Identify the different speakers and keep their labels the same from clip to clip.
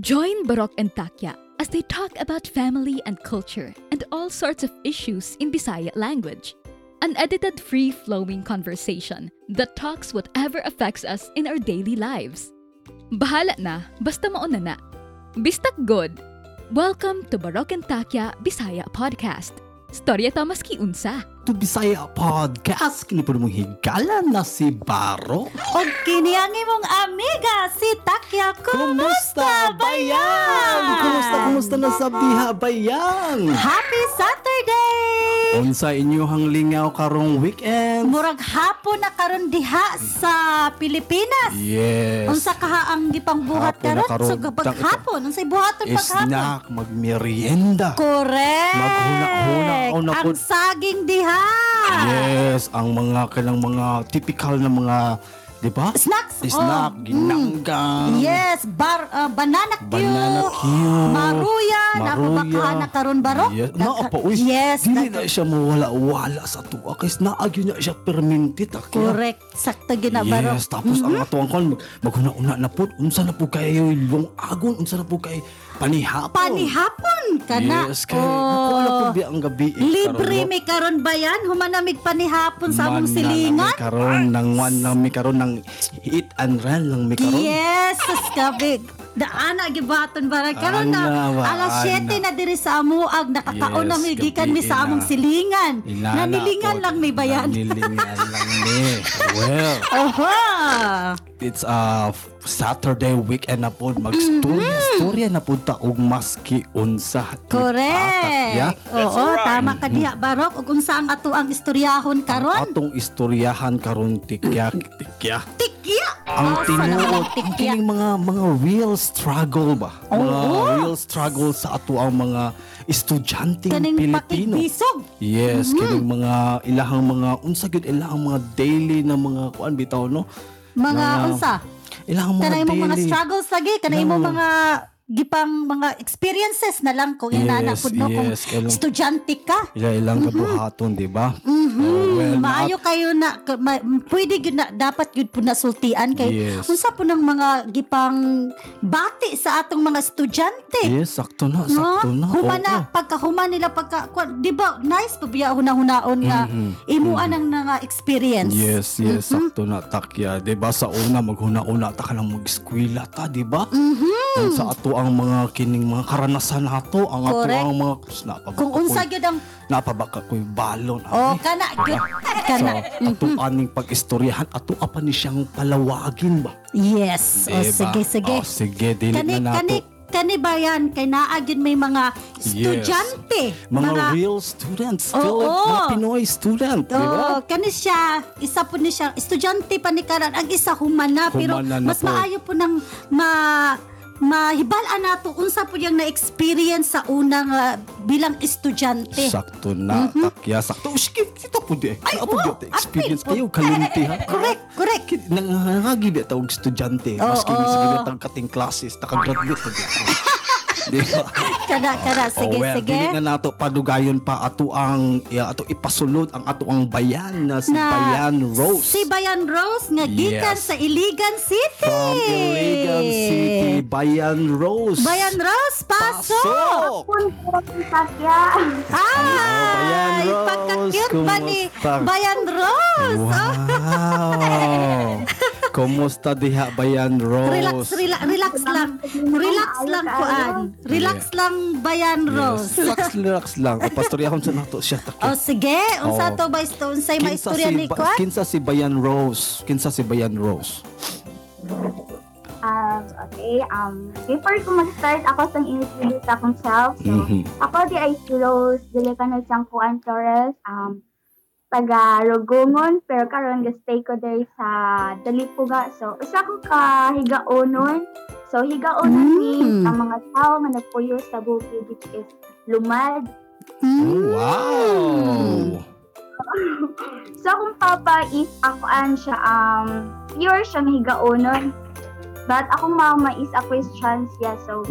Speaker 1: Join Barok and Takya as they talk about family and culture and all sorts of issues in Bisaya language. An edited, free flowing conversation that talks whatever affects us in our daily lives. Bahala na, basta mauna na. Bistak good! Welcome to Barok and Takya Bisaya Podcast. Storya ta maski unsa.
Speaker 2: to Bisaya Podcast. Kini po mong higala na si Baro.
Speaker 3: O kini ang imong amiga, si Takya Kumusta Bayang?
Speaker 2: Kumusta, kumusta na sa diha bayang?
Speaker 3: Happy Saturday!
Speaker 2: Unsa inyo hang lingaw karong weekend?
Speaker 3: Murag hapon na karon diha sa Pilipinas.
Speaker 2: Yes.
Speaker 3: Unsa kaha ang gipangbuhat
Speaker 2: Hapon na
Speaker 3: karon?
Speaker 2: karon.
Speaker 3: So kapag hapon, unsay buhaton paghapon?
Speaker 2: Snack, magmerienda.
Speaker 3: Correct.
Speaker 2: Maghunak-hunak ako na
Speaker 3: Ang
Speaker 2: po.
Speaker 3: saging diha.
Speaker 2: Oh, Yes, ang mga kanang mga typical na mga, di ba?
Speaker 3: Snacks. oh. Mm.
Speaker 2: Snack, ginanggang.
Speaker 3: Yes, bar, ah, banana Q.
Speaker 2: Banana Q.
Speaker 3: Maruya. Napabakahan na karon barok.
Speaker 2: Yes.
Speaker 3: Naka-
Speaker 2: Naa pa, uy.
Speaker 3: Yes.
Speaker 2: Dili na
Speaker 3: naka-
Speaker 2: siya mawala-wala sa tuwa. Kaya naagyo niya siya perminti. Takya.
Speaker 3: Correct. Sakto gina barok. Mhm.
Speaker 2: Yes, tapos ang atuang kon maghuna-una na po, unsa na po kayo yung agon, unsa na po kay panihapon.
Speaker 3: Panihapon ka na.
Speaker 2: Yes, kay ako na po di ang gabi. eh,
Speaker 3: Oh. Libre
Speaker 2: karon, no?
Speaker 3: mi karon ba yan? Humanamig panihapon sa among
Speaker 2: Manan
Speaker 3: silingan?
Speaker 2: Ang karon nang wan lang mi karon nang hit and run lang mi karon.
Speaker 3: Yes, kabi. Daana gibaton bara karon
Speaker 2: Ana
Speaker 3: na
Speaker 2: ba,
Speaker 3: alas 7
Speaker 2: ana.
Speaker 3: na diri sa amuag
Speaker 2: Yes,
Speaker 3: nakataon na mi gikan
Speaker 2: gabi,
Speaker 3: mi sa among
Speaker 2: ina.
Speaker 3: silingan.
Speaker 2: Inana
Speaker 3: Nanilingan
Speaker 2: po,
Speaker 3: lang mi bayan.
Speaker 2: Nanilingan lang mi. Well,
Speaker 3: Oho.
Speaker 2: it's a f- Saturday weekend na po magstorya
Speaker 3: Mm-hmm.
Speaker 2: storya na po ta og maski unsa
Speaker 3: Correct.
Speaker 2: ya
Speaker 3: Oo, Oh, tama ka diha barok ug unsa ang ato ang istoryahon karon?
Speaker 2: atong istoryahan karon tikya tikya
Speaker 3: Tikya.
Speaker 2: ang
Speaker 3: Asa na
Speaker 2: tinuod
Speaker 3: walang
Speaker 2: ang
Speaker 3: tikya?
Speaker 2: kining mga mga real struggle ba mga real struggle sa ato ang mga estudyante
Speaker 3: Kaning
Speaker 2: Pilipino
Speaker 3: pakikbisog.
Speaker 2: Yes,
Speaker 3: Mm-hmm.
Speaker 2: kining mga ilahang mga unsa gyud ilahang mga daily na mga kuan bitaw no.
Speaker 3: Mga
Speaker 2: Na-
Speaker 3: unsa?
Speaker 2: Ilahang mga
Speaker 3: kanay mo mga
Speaker 2: daily.
Speaker 3: struggles lagi kanay mo mga gipang mga experiences na lang kung
Speaker 2: Yes,
Speaker 3: inana pud no kung
Speaker 2: yes, kailang-
Speaker 3: estudyante ka
Speaker 2: Ilang
Speaker 3: Mm-hmm.
Speaker 2: kabuhaton, di ba?
Speaker 3: Mhm.
Speaker 2: Oh, well,
Speaker 3: maayo kayo na ka- ma, pwede gyud na dapat gyud pud na sultian kay
Speaker 2: Yes.
Speaker 3: unsa po ng mga gipang bati sa atong mga estudyante
Speaker 2: Yes, sakto na,
Speaker 3: No?
Speaker 2: sakto na.
Speaker 3: Huma
Speaker 2: oo.
Speaker 3: na, pagkahuman nila, pagka, kwa- di ba, nice pa biya huna-hunaon nga, imuan ang nga experience.
Speaker 2: Mm-hmm. Yes,
Speaker 3: Mm-hmm.
Speaker 2: yes, sakto na takya. 'Di ba sa una maghuna-una ta ka lang mag-eskwela ta, 'di ba?
Speaker 3: Mm-hmm.
Speaker 2: Ang Sa ato ang mga kining mga karanasan nato, ang ato
Speaker 3: Correct.
Speaker 2: ang mga napabaka
Speaker 3: Kung unsa gyud ang,
Speaker 2: napabaka ko'y balon.
Speaker 3: oh,
Speaker 2: abi.
Speaker 3: kana, good,
Speaker 2: So,
Speaker 3: kana.
Speaker 2: ato aning pag-istoryahan, ato apa ni siyang palawagin ba?
Speaker 3: Yes. O,
Speaker 2: Diba?
Speaker 3: sige, sige.
Speaker 2: Oh, sige, dili
Speaker 3: kani,
Speaker 2: na
Speaker 3: kani,
Speaker 2: nato.
Speaker 3: kani ba yan? Kay naagin may mga estudyante.
Speaker 2: Mga, real students, still
Speaker 3: Oo.
Speaker 2: mga Pinoy student, diba? di ba?
Speaker 3: Oo, kani siya, isa po ni siya, estudyante pa ni Karan, ang isa humana, pero
Speaker 2: Humana na
Speaker 3: mas
Speaker 2: po.
Speaker 3: maayo po ng ma mahibal-an nato unsa po yung na-experience sa unang ah, bilang estudyante.
Speaker 2: Sakto na,
Speaker 3: Mhm.
Speaker 2: takya, sakto. Oh, sige, kita po di. Ay, po
Speaker 3: oo,
Speaker 2: di. Experience
Speaker 3: ati,
Speaker 2: kayo, kalinti ha.
Speaker 3: correct, correct.
Speaker 2: Kit- Nangangagi di tawag estudyante. Maski oh, sige na tang kating classes, nakagraduate po di. Di ba?
Speaker 3: Kada, kada,
Speaker 2: oh,
Speaker 3: sige,
Speaker 2: well,
Speaker 3: sige.
Speaker 2: Dili na nato padugayon pa ato ang ya, ato ipasulod ang ato ang bayan na si
Speaker 3: Na-
Speaker 2: Bayan Rose.
Speaker 3: Si Bayan Rose nga gikan
Speaker 2: Yes.
Speaker 3: sa Iligan City.
Speaker 2: From Iligan City, Bayan Rose.
Speaker 3: Bayan Rose, pasok!
Speaker 2: Pasok!
Speaker 3: Hi!
Speaker 2: Bayan Rose,
Speaker 3: Pagka-cute ba ni
Speaker 2: kumusta?
Speaker 3: Bayan Rose?
Speaker 2: Wow! Kumusta diha Bayan Rose?
Speaker 3: Relax, relax, relax lang. Relax lang, Kuan. Relax lang, Bayan Rose.
Speaker 2: Yes. Relax, relax lang. O, pastorya kung saan nato siya takip.
Speaker 3: O sige,
Speaker 2: Oh.
Speaker 3: unsa to ba ito? Unsay may istorya ni
Speaker 2: Ba-
Speaker 3: Kuan?
Speaker 2: kinsa si Bayan Rose. Kinsa si Bayan Rose.
Speaker 4: Um, okay, um, before ko mag-start, ako sang introduce akong self. So,
Speaker 2: Mhm.
Speaker 4: Ako di ay si Rose, dili ka na siyang Juan Torres, um, taga Rugungon, pero karon gastay ko diri sa Dalipuga. So, usa ko ka higaonon. So, higaonon
Speaker 3: Mm.
Speaker 4: means ang mga tao nga nagpuyo sa bukid which is lumad.
Speaker 3: Mm.
Speaker 2: Oh, wow!
Speaker 4: So, akong papa is ako an siya, um, pure siya nga higaonon. But akong mama is a Christian siya, so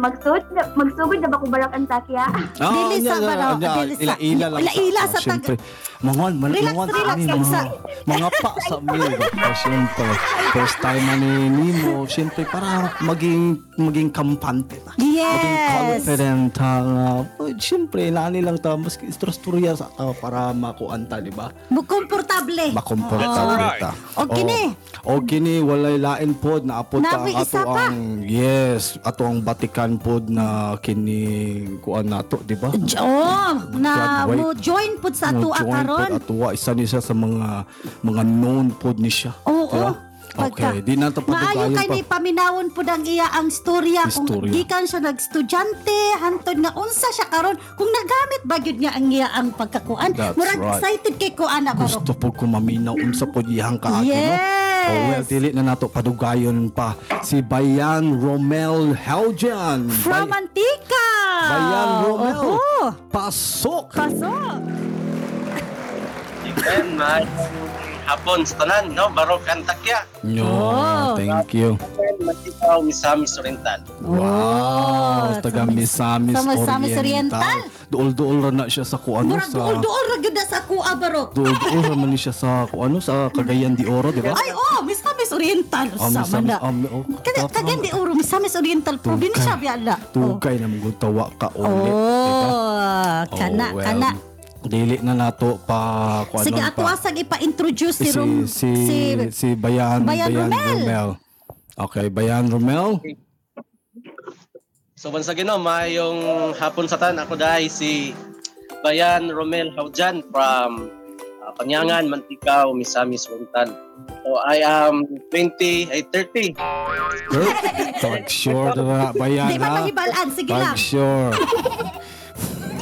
Speaker 4: magsugod na, magsugod na ba ko barak ang takya?
Speaker 2: Ah,
Speaker 3: Dili
Speaker 2: nya,
Speaker 3: sa ba raw?
Speaker 2: nya,
Speaker 3: Dili sa-
Speaker 2: Ila-ila lang.
Speaker 3: Ila-ila ah. sa
Speaker 2: Ah, syempre. mangon man
Speaker 3: Relax,
Speaker 2: mangon
Speaker 3: relax,
Speaker 2: ani
Speaker 3: relax.
Speaker 2: mga mga pa sa mi ba Ah, syempre first time na ni Nemo syempre para maging maging kampante ta maging
Speaker 3: Yes.
Speaker 2: confident ta uh, syempre nani lang ta mas istorya sa ta para makuan ta di ba
Speaker 3: Mo komportable.
Speaker 2: makomportable
Speaker 5: That's
Speaker 2: ta
Speaker 3: O kini.
Speaker 2: o Oh. kini walay lain pod na apod ta
Speaker 3: Nabi
Speaker 2: ang ato
Speaker 3: isa pa.
Speaker 2: ang yes ato ang batikan pod na kini kuan nato di ba
Speaker 3: J- Oh, na
Speaker 2: God, wait.
Speaker 3: mo join pud sa
Speaker 2: Mga
Speaker 3: atua
Speaker 2: joint
Speaker 3: karon.
Speaker 2: pod Atua, isa niya siya sa mga mga known pod ni siya.
Speaker 3: Oo.
Speaker 2: Diba?
Speaker 3: Pagka-
Speaker 2: Okay, di na ito
Speaker 3: Maayo
Speaker 2: padugayan
Speaker 3: kay
Speaker 2: pa.
Speaker 3: ni paminawon pud ang iya ang storya kung
Speaker 2: Istorya.
Speaker 3: gikan siya nagstudyante hantod nga unsa siya karon kung nagamit ba gyud niya ang iya ang pagkakuan.
Speaker 2: That's
Speaker 3: Murag
Speaker 2: right.
Speaker 3: excited kay ko ana baro.
Speaker 2: Gusto po kumaminaw unsa po iyang kaagi
Speaker 3: Yes.
Speaker 2: no? Oh, well, dili na nato padugayon pa si Bayan Romel Heljan.
Speaker 3: From
Speaker 2: Bay-
Speaker 3: Antica.
Speaker 2: Bayan Romel.
Speaker 3: Oho.
Speaker 2: Pasok.
Speaker 3: Pasok.
Speaker 5: Ayan, maayong hapon sa tanan, no? Barok ang takya.
Speaker 2: Yo,
Speaker 3: Oh.
Speaker 2: thank you.
Speaker 5: Ayan, matipaw, misamis oriental.
Speaker 2: Wow,
Speaker 3: Oh,
Speaker 2: taga Misamis
Speaker 3: sa Misamis Oriental.
Speaker 2: Oriental. Duol-duol ra na siya sa kuano
Speaker 3: Murag
Speaker 2: Ano sa
Speaker 3: duol-duol ra gyud na sa kuha baro.
Speaker 2: duol-duol ra man siya sa kuano sa Cagayan de Oro, di ba?
Speaker 3: Ay, oh, Miss Amis Oriental.
Speaker 2: Ah, Miss
Speaker 3: Sama
Speaker 2: Amis-
Speaker 3: na.
Speaker 2: ah, mi- oh,
Speaker 3: Kada,
Speaker 2: tama.
Speaker 3: kada di uro, Miss Amis Oriental. Probin
Speaker 2: Tugay.
Speaker 3: siya Oh. biyala.
Speaker 2: Tugay na mong tawa ka ulit. diba?
Speaker 3: Oh, kana,
Speaker 2: Oh, well,
Speaker 3: kana.
Speaker 2: Dili na nato pa kung
Speaker 3: Sige,
Speaker 2: ano
Speaker 3: ato
Speaker 2: pa.
Speaker 3: asag ipa-introduce
Speaker 2: Si,
Speaker 3: si Rom.
Speaker 2: si, si Bayan, Bayan,
Speaker 3: Bayan Romel.
Speaker 2: Romel. Okay, Bayan Romel.
Speaker 5: So, bansa gino, maayong hapon sa tanan. Ako dahi si Bayan Romel Haujan from uh, Panyangan, Mantikao, Misamis oriental. So, Oh, I am eh, 20, ay 30.
Speaker 2: Good. Talk sure na Bayan
Speaker 3: Di ba
Speaker 2: ha.
Speaker 3: mahibalaan? Sige
Speaker 2: Talk
Speaker 3: lang.
Speaker 2: sure.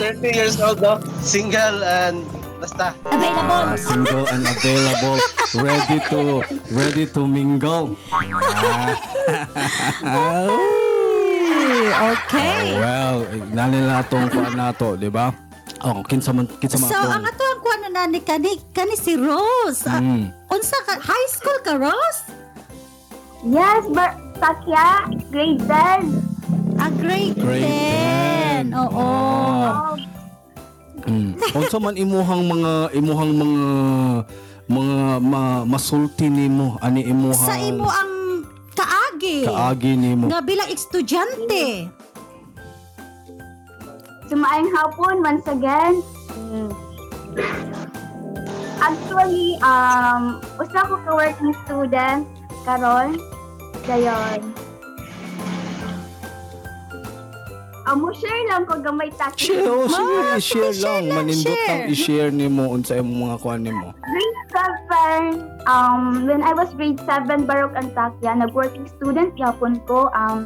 Speaker 5: 30 years old, no? Single and basta.
Speaker 3: Available.
Speaker 2: Ah, single and available. Ready to, ready to mingle.
Speaker 3: Ay, Okay.
Speaker 2: Well, nalila tong kuan nato, di ba? Oh, kinsa man kinsa man
Speaker 3: So, ang
Speaker 2: tong-
Speaker 3: ato ang kuha na nani kani, kani si Rose. Ah,
Speaker 2: Mm.
Speaker 3: Unsa ka, high school ka, Rose?
Speaker 4: Yes, but Sakya, grade 10.
Speaker 3: A grade
Speaker 2: Grade
Speaker 3: 10.
Speaker 2: 10.
Speaker 3: Oo.
Speaker 4: Oh,
Speaker 2: Mm. Unsa man imuhang mga imuhang mga mga ma, masulti nimo ani imuhang
Speaker 3: Sa imo ang kaagi.
Speaker 2: kaagi nimo.
Speaker 3: Nga bilang estudyante.
Speaker 4: Sumaing hapon once again. Actually, um, usa ko ka working student karon. Dayon. Amo share lang ko gamay taki.
Speaker 2: Share, oh, share,
Speaker 3: Ma, Ah,
Speaker 2: share lang.
Speaker 3: sige, share lang,
Speaker 2: Manindot
Speaker 3: share.
Speaker 2: ang i-share nimo unsa imong mga kuan nimo.
Speaker 4: Grade 7, um, when I was grade 7, Barok Antakya, nag-working student yapon ko. Um,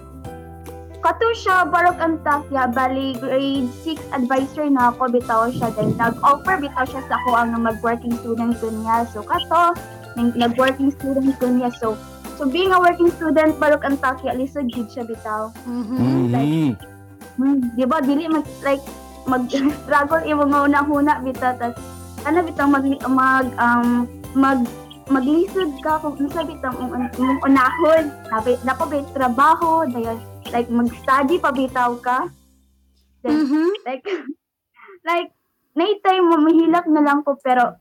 Speaker 4: kato siya, Barok Antakya, bali grade 6 advisor na ako, bitaw siya. Then nag-offer, bitaw siya sa ako ang mag-working student ko niya. So kato, nag- nag-working student ko niya. So, so being a working student, Barok Antakya, lisod gid siya bitaw.
Speaker 3: Mhm.
Speaker 2: Mhm.
Speaker 4: Hmm, di ba, dili mag, like, mag-struggle imo nga una-una, bita, tas, ano, bita, mag, mag, um, mag, maglisod ka kung ano unsa bita ang un- imong um, unahon dapat dapat ba yung trabaho dayon like mag-study pa bitaw ka then
Speaker 3: Mhm.
Speaker 4: like like naitay mo mahilak na lang ko pero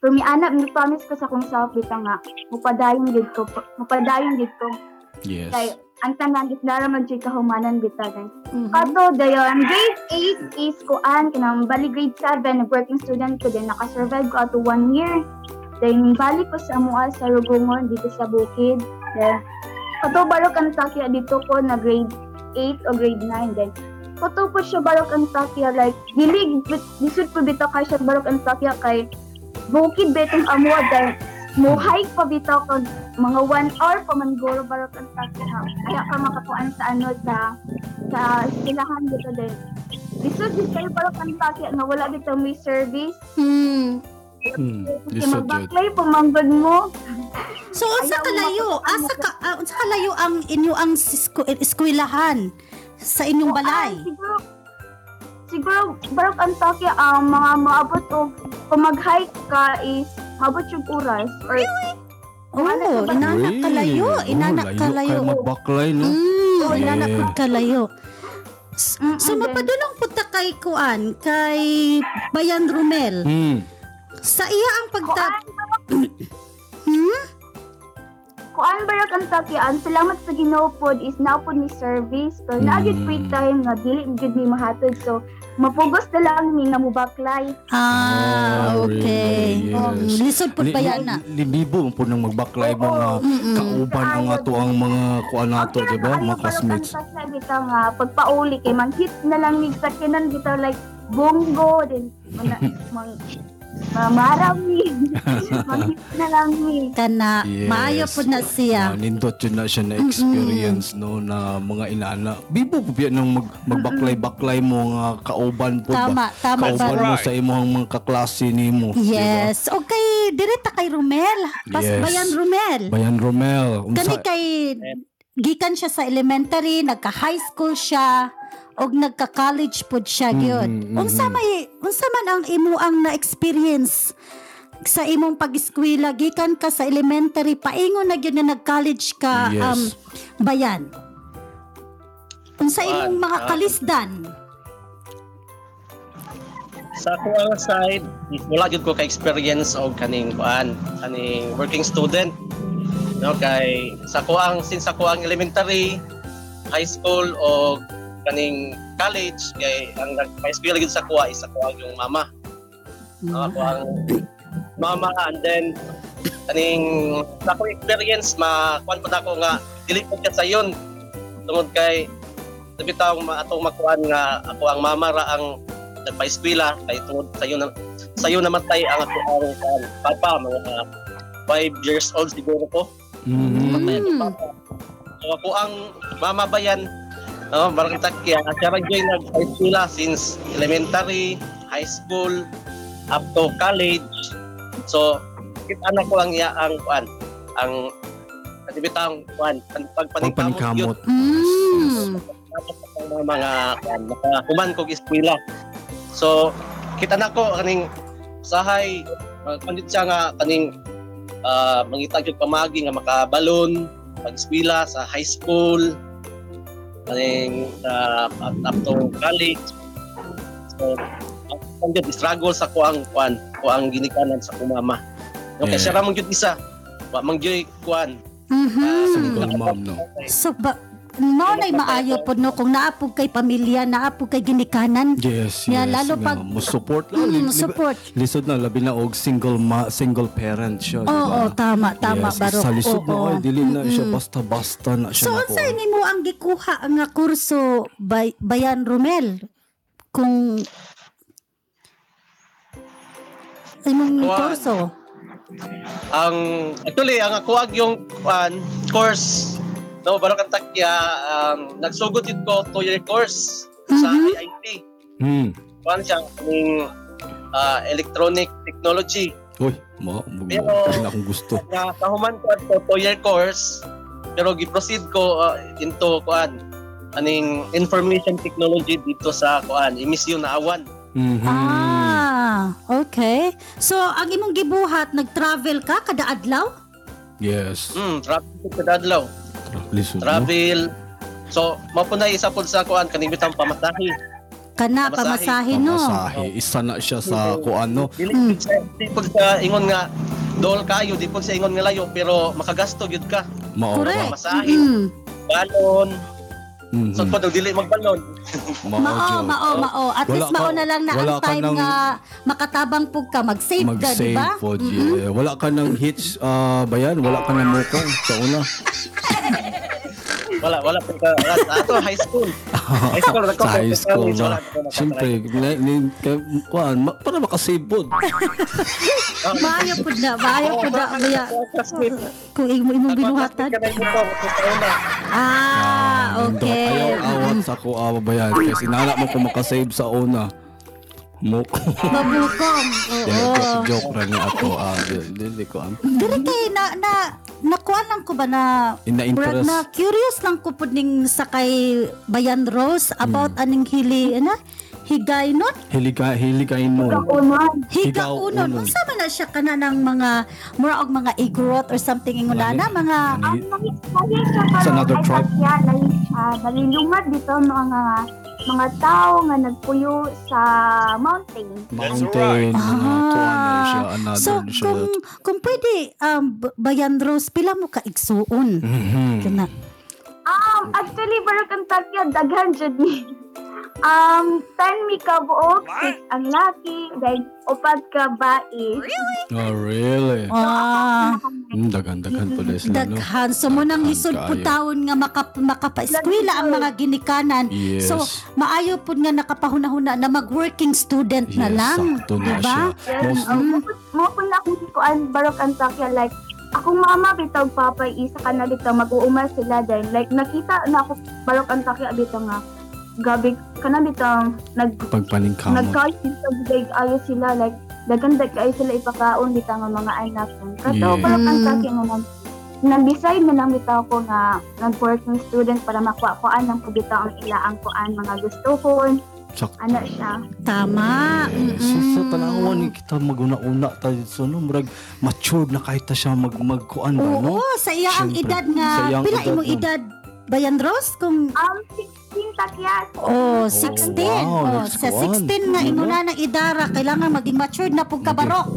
Speaker 4: for me anak ni promise ko sa kong self bita nga mupadayon gid ko mupadayon gid ko
Speaker 2: Yes.
Speaker 4: like ang tanan is nara man jud kahumanan bitaw guys
Speaker 3: Mhm.
Speaker 4: Kato, dayon, grade 8 is kuan, kinang bali grade 7, working student ko din, nakasurvive ko ato one year. Then, balik ko sa Mua, sa Rugungon, dito sa Bukid. Then, kato, barok ang takya dito ko na grade 8 o grade 9. Then, kato po siya barok ang takya, like, dilig, disod po bitaw ka siya barok ang takya kay Bukid betong Amua, then, muhay pa bitaw ko, mga one hour pa man guro barok ang takya. Kaya ka makakuan sa ano, sa sa silahan dito din. Lisod din kayo parang kantake nga wala dito may service.
Speaker 3: Mm.
Speaker 2: Mm.
Speaker 4: Kasi
Speaker 2: Lisod jud.
Speaker 4: magbaklay, pumanggod mo.
Speaker 3: So unsa
Speaker 4: Ayaw
Speaker 3: kalayo?
Speaker 4: mapatama
Speaker 3: Asa ka ah, unsa kalayo ang inyo ang sisku- eskwelahan sa inyong balay?
Speaker 4: Ah, siguro, siguro, barang kantake, ang ah, mga maabot o kung mag-hike ka is maabot yung oras. Or,
Speaker 3: Oh, inanak
Speaker 2: Uy,
Speaker 3: kalayo,
Speaker 2: oh,
Speaker 3: inanak
Speaker 2: layo
Speaker 3: kalayo.
Speaker 2: kayo magbaklay no.
Speaker 3: Mm,
Speaker 2: Yeah.
Speaker 3: inanak pud kalayo. S- So
Speaker 4: Mm, and then-
Speaker 3: Hmm. mapadulong pud ta kay kuan kay Bayan Romel.
Speaker 2: Mm.
Speaker 3: Sa iya ang pagtap...
Speaker 4: Kuan,
Speaker 3: Hmm?
Speaker 4: kuan ano ba yung kantakian, salamat sa Ginoo pod is naupod ni service. Pero na gyud free
Speaker 2: Mm.
Speaker 4: time nga dili gyud mi mahatod. So mapugos na lang mi nga mubaklay.
Speaker 3: Ah,
Speaker 2: Oh,
Speaker 3: okay.
Speaker 2: really?
Speaker 3: Oh,
Speaker 2: Yes.
Speaker 3: lisod po ba yan na?
Speaker 2: Libibo po nang magbaklay mga
Speaker 3: Mm-mm.
Speaker 2: kauban ang ato ang mga kuan ato, di ba? diba? Mga classmates.
Speaker 4: Sa bitaw nga pagpauli kay mang hit na lang mig sa kinan bitaw like bongo din mga mang mamarami. mang hit na lang mig.
Speaker 3: Kana,
Speaker 2: Yes.
Speaker 3: maayo po na siya.
Speaker 2: Ah, nindot yun na siya na experience no na mga inana. Bibo po yan ng mag, magbaklay-baklay mo nga kauban po ba?
Speaker 3: Tama, tama
Speaker 2: Kauban
Speaker 3: ba?
Speaker 2: mo sa imong mga kaklase nimo. diba? di ba?
Speaker 3: Yes. Okay, direkta kay Romel. Pas
Speaker 2: Yes.
Speaker 3: bayan Romel.
Speaker 2: Bayan Romel,
Speaker 3: Kani
Speaker 2: unsa
Speaker 3: kay gikan siya sa elementary, nagka high school siya og nagka college pud siya gyud.
Speaker 2: Mhm, mhm.
Speaker 3: Unsa may unsa man ang imuang na experience sa imong pag-eskwela gikan ka sa elementary paingon na gyud na nag-college ka
Speaker 2: Yes.
Speaker 3: um bayan. Unsa
Speaker 5: Kuan,
Speaker 3: imong mga
Speaker 5: ah.
Speaker 3: kalisdan?
Speaker 5: Sa kuang side, wala gyud ko ka experience og kaning kuan, kaning working student. No kay sa kuang since sa kuang elementary, high school o kaning college kay ang nag high school gyud sa kuwa is sa kuang yung mama. Ang kuang mama and then kaning sa akong experience ma kuan pud ako nga dili ko ka sayon tungod kay sabi taong ma atong makuan nga ako ang mama ra ang nagpa-eskwela kay tungod sayo na sayo namatay ang ako ang kuan, papa mga 5 years old siguro ko
Speaker 2: Mhm.
Speaker 5: Patay ang
Speaker 3: Mm.
Speaker 5: papa. So ako ang mama bayan no barang takya siya ra gyud nagpa-eskwela ah, since elementary high school up to college so kita na ko ang iya ang kuan ang sabi taong kuan pagpaningkamot
Speaker 2: pagpanikamot.
Speaker 3: Mm.
Speaker 5: tapos ang mga mga kan mga kuman kog eskwela so kita na ko kaning usahay kanit siya nga kaning uh, mangita gyud pamagi nga makabalon pag eskwela sa high school kaning sa up to college so ang gyud struggle sa kuang kuan kuang ginikanan sa kumama okay
Speaker 2: Yeah.
Speaker 5: yeah. siya ra man gyud isa wa man gyud kuan Ah,
Speaker 3: Mhm.
Speaker 2: Single mom, no?
Speaker 3: So ba mao nay maayo pud no kung naapog kay pamilya, naapog kay ginikanan.
Speaker 2: Yes, yes.
Speaker 3: Yeah, lalo
Speaker 2: nga,
Speaker 3: pag-
Speaker 2: mo support lang.
Speaker 3: Mm,
Speaker 2: Li-
Speaker 3: support.
Speaker 2: lisod na labi na og single ma, single parent siya, di
Speaker 3: Oo,
Speaker 2: ba?
Speaker 3: tama, tama,
Speaker 2: Diba? yes,
Speaker 3: baro.
Speaker 2: Sa lisod na
Speaker 3: Oo.
Speaker 2: ay dili na siya
Speaker 3: Mm-mm.
Speaker 2: basta-basta na siya
Speaker 3: So,
Speaker 2: na
Speaker 3: unsa ini mo ang gikuha nga kurso bay, Bayan Romel? Kung imong
Speaker 5: Kuwan.
Speaker 3: kurso.
Speaker 5: ang actually ang ako ag yung kuan, course no baro kang takya um, nagsugod din ko two year course sa
Speaker 3: Mhm.
Speaker 5: IIT
Speaker 2: Hmm.
Speaker 5: kuan siya ng electronic technology
Speaker 2: Uy, ma, mag-
Speaker 5: Pero-
Speaker 2: na akong gusto.
Speaker 5: na kahuman ko to two year course pero giproceed ko ah, into kuan aning information technology dito sa kuan MSU na awan
Speaker 2: Mhm.
Speaker 3: Ah, okay. So, ang imong gibuhat, nag-travel ka kada adlaw?
Speaker 2: Yes.
Speaker 5: mm travel ko sa Dadlaw
Speaker 2: Lisod. no?
Speaker 5: travel so mapunay isa pud sa kuan kaning bitang pamasahe
Speaker 3: Kana,
Speaker 5: Pamasahe.
Speaker 3: pamasahe, no?
Speaker 2: Pamasahe. Isa na siya sa ano,
Speaker 5: Mm.
Speaker 2: kuan, no?
Speaker 5: Dili
Speaker 3: Mm.
Speaker 5: mm. di pag sa ingon nga dol kayo, di pag sa ingon nga layo pero makagasto gyud ka.
Speaker 2: Maora.
Speaker 3: Correct.
Speaker 5: Pamasahe.
Speaker 3: Mm.
Speaker 5: Balon,
Speaker 2: Mhm.
Speaker 5: sa pag dili magbalon.
Speaker 2: Mao,
Speaker 3: Mao,
Speaker 2: Joe. Oh,
Speaker 3: mao, mao. At
Speaker 2: Wala
Speaker 3: least mao
Speaker 2: ka-
Speaker 3: na lang na
Speaker 2: wala
Speaker 3: ang
Speaker 2: ka
Speaker 3: time
Speaker 2: ng-
Speaker 3: nga makatabang pug ka, mag-save ka, di
Speaker 2: Mag-save
Speaker 3: ba?
Speaker 2: po,
Speaker 3: Mm-mm.
Speaker 2: yeah. Wala ka ng hits, ah, bayan. Wala ka ng mukha sa una.
Speaker 5: Wala wala pa ka wala- ato high school. High school
Speaker 2: sa high school
Speaker 5: wala
Speaker 2: na.
Speaker 5: pa ka-
Speaker 2: Siyempre, na- ni- ka- kuan, ma- para makasave po.
Speaker 5: Ah,
Speaker 3: Maayo pud na, maayo pud na. Kaya,
Speaker 5: classmate.
Speaker 3: kung imo imong
Speaker 5: Classmate
Speaker 3: binuhatan.
Speaker 5: ka na yun ito, sa una.
Speaker 3: Ah, okay.
Speaker 2: Ayaw-awat sa kuawa ba yan? Kasi nalak mo kung makasave sa una. Muk.
Speaker 3: Mabukong. Oo.
Speaker 2: Joke, joke lang yung ako. Ah, di- Hindi ko ano.
Speaker 3: Diri kay na na nakuha lang ko ba na
Speaker 2: Ina-interest.
Speaker 3: Brad, na curious lang ko pud ning sa kay Bayan Rose about
Speaker 2: Mm.
Speaker 3: aning hili na higay nun?
Speaker 2: Hiliga, hiligay mo.
Speaker 4: Kaunon.
Speaker 3: Higa
Speaker 2: Higaw
Speaker 3: unon.
Speaker 2: unon.
Speaker 3: Unsa man na siya kana ng mga mura og mga igrot or something ingunana
Speaker 2: Lali.
Speaker 3: mga
Speaker 2: Ani-
Speaker 4: Ang nangis- nangis siya karon
Speaker 2: It's another
Speaker 4: kay
Speaker 2: tribe.
Speaker 4: Katya, nangis siya. Nalilungad dito no nga ah, mga tao nga nagpuyo sa mountain.
Speaker 2: Mountain, mga
Speaker 3: Ah.
Speaker 2: kuha na siya, another
Speaker 3: So,
Speaker 2: siya.
Speaker 3: kung, kung pwede, um, B- Bayan Rose, pila mo ka igsuon?
Speaker 2: Mhm.
Speaker 3: Kana.
Speaker 4: Um, actually, pero kung takya, daghan dyan ni. Um, tan mi ka buok, six ang laki, dahil upat ka eh? bae.
Speaker 2: Oh, really?
Speaker 3: Ah,
Speaker 2: Hmm, dagan-dagan pala sila, no?
Speaker 3: daghan. So, mo nang
Speaker 2: Daghan
Speaker 3: lisod po
Speaker 2: kaayo.
Speaker 3: taon nga maka, makapaeskwela ang mga ginikanan.
Speaker 2: Yes.
Speaker 3: So, maayo po nga nakapahuna-huna na mag-working student na
Speaker 2: Yes,
Speaker 3: lang.
Speaker 2: sakto na
Speaker 3: diba?
Speaker 2: siya.
Speaker 4: Yes,
Speaker 2: Most-
Speaker 4: um, mo po na akong kuan barok ang takya, like, akong mama bitaw papa isa ka na dito mag-uuma sila dahil like nakita na ako barok ang takya bitaw nga gabi kana bitaw nag
Speaker 2: Pagpaningkamot.
Speaker 4: nagkait dito big ayo sila like dagandag kay sila ipakaon bitaw nga mga anak ko kato
Speaker 2: Yeah.
Speaker 4: barok ang
Speaker 3: Mm.
Speaker 4: takya nga nag nag-decide na lang bitaw ko nga nag-working student para makuha ko ang bitaw ang ilaang kuan mga gusto ko
Speaker 2: Sakto.
Speaker 4: ano siya
Speaker 3: Tama.
Speaker 2: Yes. So,
Speaker 3: Mm-mm.
Speaker 2: sa tanawa ni kita maguna-una tayo so no murag matured na kahit ta siya mag magkuan ba no?
Speaker 3: Oo, sa iya ang
Speaker 2: Siyempre.
Speaker 3: edad nga.
Speaker 2: Sa iya ang
Speaker 3: Pila
Speaker 2: edad
Speaker 3: imong
Speaker 2: nun.
Speaker 3: edad, Bayan Rose? Kung,
Speaker 4: um 16 takya
Speaker 3: oh, 16.
Speaker 2: wow,
Speaker 3: Oh,
Speaker 2: next
Speaker 3: sa
Speaker 2: one.
Speaker 3: 16 nga, imo
Speaker 2: Ano?
Speaker 3: na ng idara. Kailangan maging matured na pong kabarok.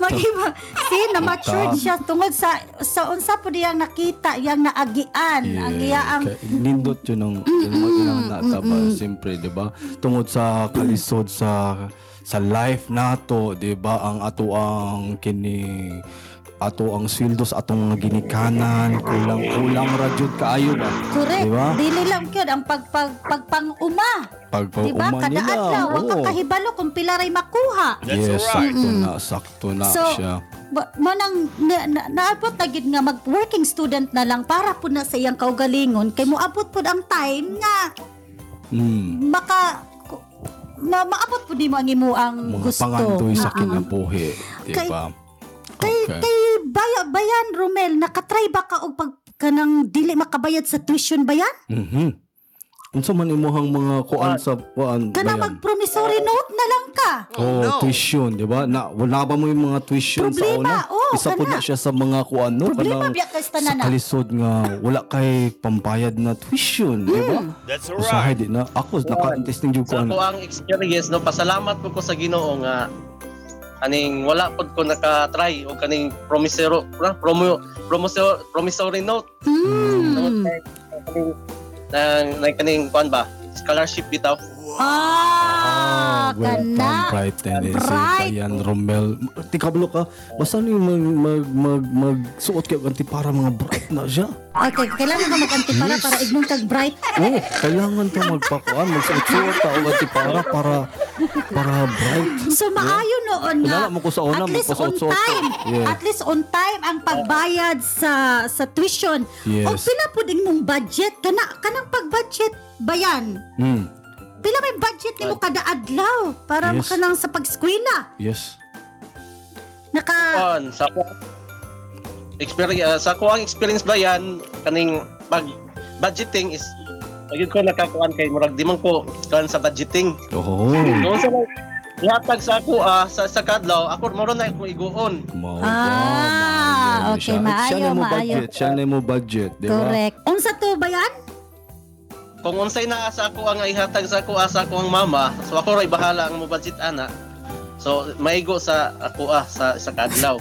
Speaker 3: Maging, ma- see, na-matured
Speaker 2: Tama.
Speaker 3: siya tungod sa, sa unsa po niyang nakita, yang naagian. Ang iya ang,
Speaker 2: Kaya nindot yun ang yun ang ilang nataba siyempre di ba tungod sa kalisod sa sa life nato di ba ang ato ang kini ato ang sweldo sa atong mga ginikanan kulang kulang ra jud kaayo ba
Speaker 3: correct.
Speaker 2: di ba
Speaker 3: Dili lang yun, ang pagpag, pagpang-uma.
Speaker 2: pag
Speaker 3: Di ba?
Speaker 2: pauma
Speaker 3: Kada
Speaker 2: nila
Speaker 3: adlaw, wa
Speaker 2: oo.
Speaker 3: ka kahibalo kung pila ray makuha.
Speaker 2: yes sakto
Speaker 3: Mm-mm.
Speaker 2: na sakto na
Speaker 3: Mm. So,
Speaker 2: siya
Speaker 3: Ba- manang na, na, naabot na gid nga mag-working student na lang para po na sa iyang kaugalingon kay moabot po ang time nga
Speaker 2: mm.
Speaker 3: maka ku- ma, maabot po nimo ang imo ang
Speaker 2: mga
Speaker 3: gusto.
Speaker 2: pangandoy sa
Speaker 3: Ah, ah.
Speaker 2: kinabuhi di
Speaker 3: Kay-
Speaker 2: ba
Speaker 3: Kay kay baya- bayan Romel nakatry ba ka og pag kanang dili makabayad sa tuition bayan?
Speaker 2: Mhm. Unsa man imuhang mga kuan sa kuan ba yan?
Speaker 3: Kana mag promissory note na lang ka.
Speaker 2: Oh, tuition, di ba? Na, wala ba mo yung mga tuition sa una?
Speaker 3: Problema, oo,
Speaker 2: Isa po na
Speaker 3: kana.
Speaker 2: siya sa mga kuan, no?
Speaker 3: Problema
Speaker 2: Kanang
Speaker 3: biya kay
Speaker 2: sa
Speaker 3: tanan.
Speaker 2: kalisod nga, wala kay pambayad na tuition, di ba?
Speaker 3: Mm.
Speaker 6: That's
Speaker 2: Usahay di na. Ako, naka-testing yung
Speaker 5: Sa
Speaker 2: kuan.
Speaker 5: ako ang experience no pasalamat po ko sa Ginoo nga kaning wala pod ko naka-try o kaning promisero na promo promisero promissory note
Speaker 3: Mm.
Speaker 5: Tungod kay kaning nang nang kaning kuan ba scholarship bitaw
Speaker 3: Ah,
Speaker 2: well done,
Speaker 3: kana.
Speaker 2: Bright eh, Tennessee.
Speaker 3: Bright.
Speaker 2: Bright. Ayan, Romel. Tika, blo ka. Basta niyo mag, mag, mag, magsuot kayo ganti para mga bright na siya.
Speaker 3: Okay, kailangan ka mag-antipara para ignong kag bright
Speaker 2: Oo, Oh, kailangan to magpakuan, magsuot-suot ka o ganti para, para, para bright.
Speaker 3: So maayo noon
Speaker 2: Kilala
Speaker 3: nga.
Speaker 2: mo ko sa una,
Speaker 3: At least on
Speaker 2: magpasuot-suot ka.
Speaker 3: time.
Speaker 2: Yeah.
Speaker 3: At least on time ang pagbayad sa sa tuition. O
Speaker 2: Yes.
Speaker 3: pila po din mong budget kana kanang pag-budget bayan.
Speaker 2: Mm.
Speaker 3: Pila may budget nimo kada adlaw para
Speaker 2: Yes.
Speaker 3: makanang sa pag-eskwela.
Speaker 2: Yes.
Speaker 3: Naka
Speaker 5: kuan sa ako experience sa ako ang experience ba yan kaning pag budgeting is Pagid ko nakakuan kay murag di man ko kuan sa budgeting.
Speaker 2: Oo.
Speaker 5: Doon sa Ihatag sa ako ah, sa sa kadlaw, ako moro na ako iguon.
Speaker 2: Mao
Speaker 3: Ah, okay, maayo,
Speaker 2: na mo
Speaker 3: maayo.
Speaker 2: budget, siya na mo budget, di ba?
Speaker 3: correct. Unsa to bayan?
Speaker 5: Kung unsay naa sa ako ang ihatag sa ako asa ko ang mama, so ako ray bahala ang mubudget ana. So maigo sa ako ah sa sa kadlaw.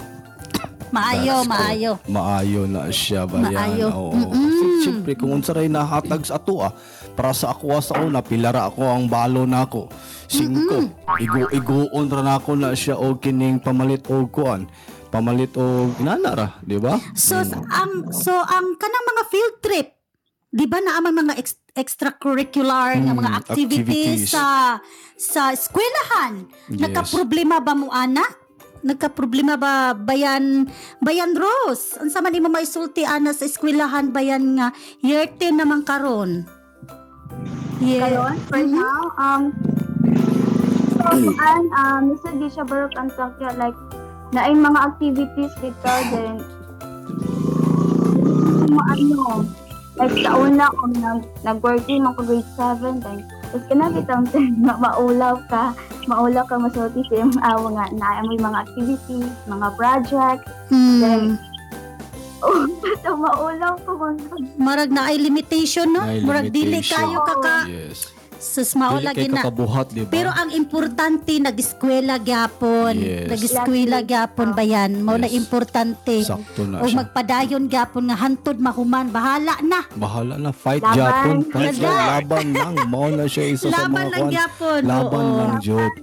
Speaker 3: Maayo,
Speaker 2: That's
Speaker 3: maayo.
Speaker 2: correct. Maayo na siya ba yan?
Speaker 3: Maayo.
Speaker 2: Oo.
Speaker 3: Mm-mm.
Speaker 2: Kasi siyempre, kung unsa ray nahatag sa ato ah, para sa ako ah, sa una, pilara ako ang balo na ako. Singko. Igo, igoon ra na ako na siya o kining pamalit o kuan. Pamalit o ginana ra, di ba?
Speaker 3: So s- ang so ang kanang mga field trip, 'di ba na amang mga ex- extracurricular nga
Speaker 2: Mm,
Speaker 3: mga
Speaker 2: activities.
Speaker 3: activities, sa sa eskwelahan.
Speaker 2: Yes.
Speaker 3: Nagkaproblema ba mo ana? Nagkaproblema ba bayan bayan Rose? Unsa man imo maisulti ana sa eskwelahan bayan nga year 10 naman karon. Mhm. Yeah.
Speaker 4: karon for now um so and um isa di siya barok ang Tokyo like naay mga activities dito then mo ano like sa una kung nag nag-working ako grade 7 then tapos kana bitang na maulaw ka maulaw ka masulti sa iyong awa nga naay mo yung mga activities mga projects
Speaker 3: Hmm.
Speaker 4: Oh, sa maulaw ko kung
Speaker 3: Murag na ay limitation no.
Speaker 2: Naay
Speaker 3: Murag dili
Speaker 2: limitation.
Speaker 3: kayo kaka
Speaker 2: Yes.
Speaker 3: sus
Speaker 2: Dili
Speaker 3: maula
Speaker 2: kay
Speaker 3: gina.
Speaker 2: kakabuhat, di ba?
Speaker 3: Pero ano ang importante nag-eskwela gyapon,
Speaker 2: Yes.
Speaker 3: nag-eskwela gyapon bayan, mao na
Speaker 2: Yes.
Speaker 3: importante.
Speaker 2: Sakto na
Speaker 3: o
Speaker 2: siya.
Speaker 3: magpadayon gyapon nga hantod mahuman bahala na.
Speaker 2: Bahala na. Fight
Speaker 4: Laban.
Speaker 2: Japon. Fight
Speaker 3: Laban.
Speaker 2: lang. Laban lang. Mao na siya isa sa mga
Speaker 3: Laban lang
Speaker 2: kwan.
Speaker 3: gyapon.
Speaker 2: Laban
Speaker 3: oo.
Speaker 2: lang, Jod.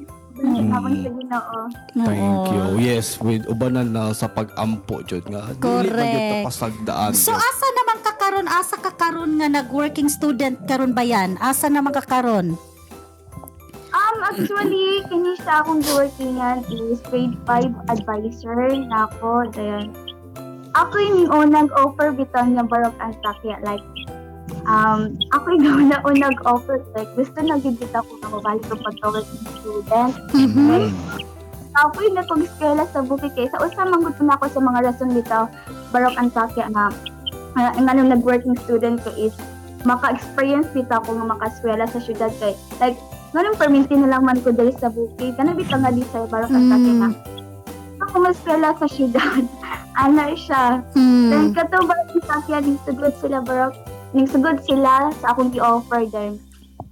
Speaker 4: mm. habang sa ginoo.
Speaker 3: Oo.
Speaker 2: Thank you. Yes, with ubanan na sa pag-ampo, Jod. Nga,
Speaker 3: Correct.
Speaker 2: Dili na yung pasagdaan.
Speaker 3: So asa naman kakaron asa kakaron nga nag-working student karon ba yan? Asa naman kakaron?
Speaker 4: Um, actually, kini sa akong giworkingan is grade 5 advisor na ako. Then, ako yung unag-offer bitan nga barok ang sakya. Like, um, ako yung una unag-offer. Like, gusto na gid kita ko na mabalik ang pagkawal ng student.
Speaker 3: Mhm.
Speaker 4: Tapos na kong eskwela sa bukid kay sa usa man gud na ako sa mga rason bitaw barok ang sakya nga nga ang anong nag-working student ko is maka-experience bitaw ko nga makaskwela sa syudad kay like nganong perminti na lang man ko dali sa bukid kana bitaw nga di sa barok ang sakya nga ako maskwela sa syudad ana siya
Speaker 3: Mm.
Speaker 4: Then kato ba si Sakya nagsugod sila bro? Nagsugod sila sa akong i-offer din.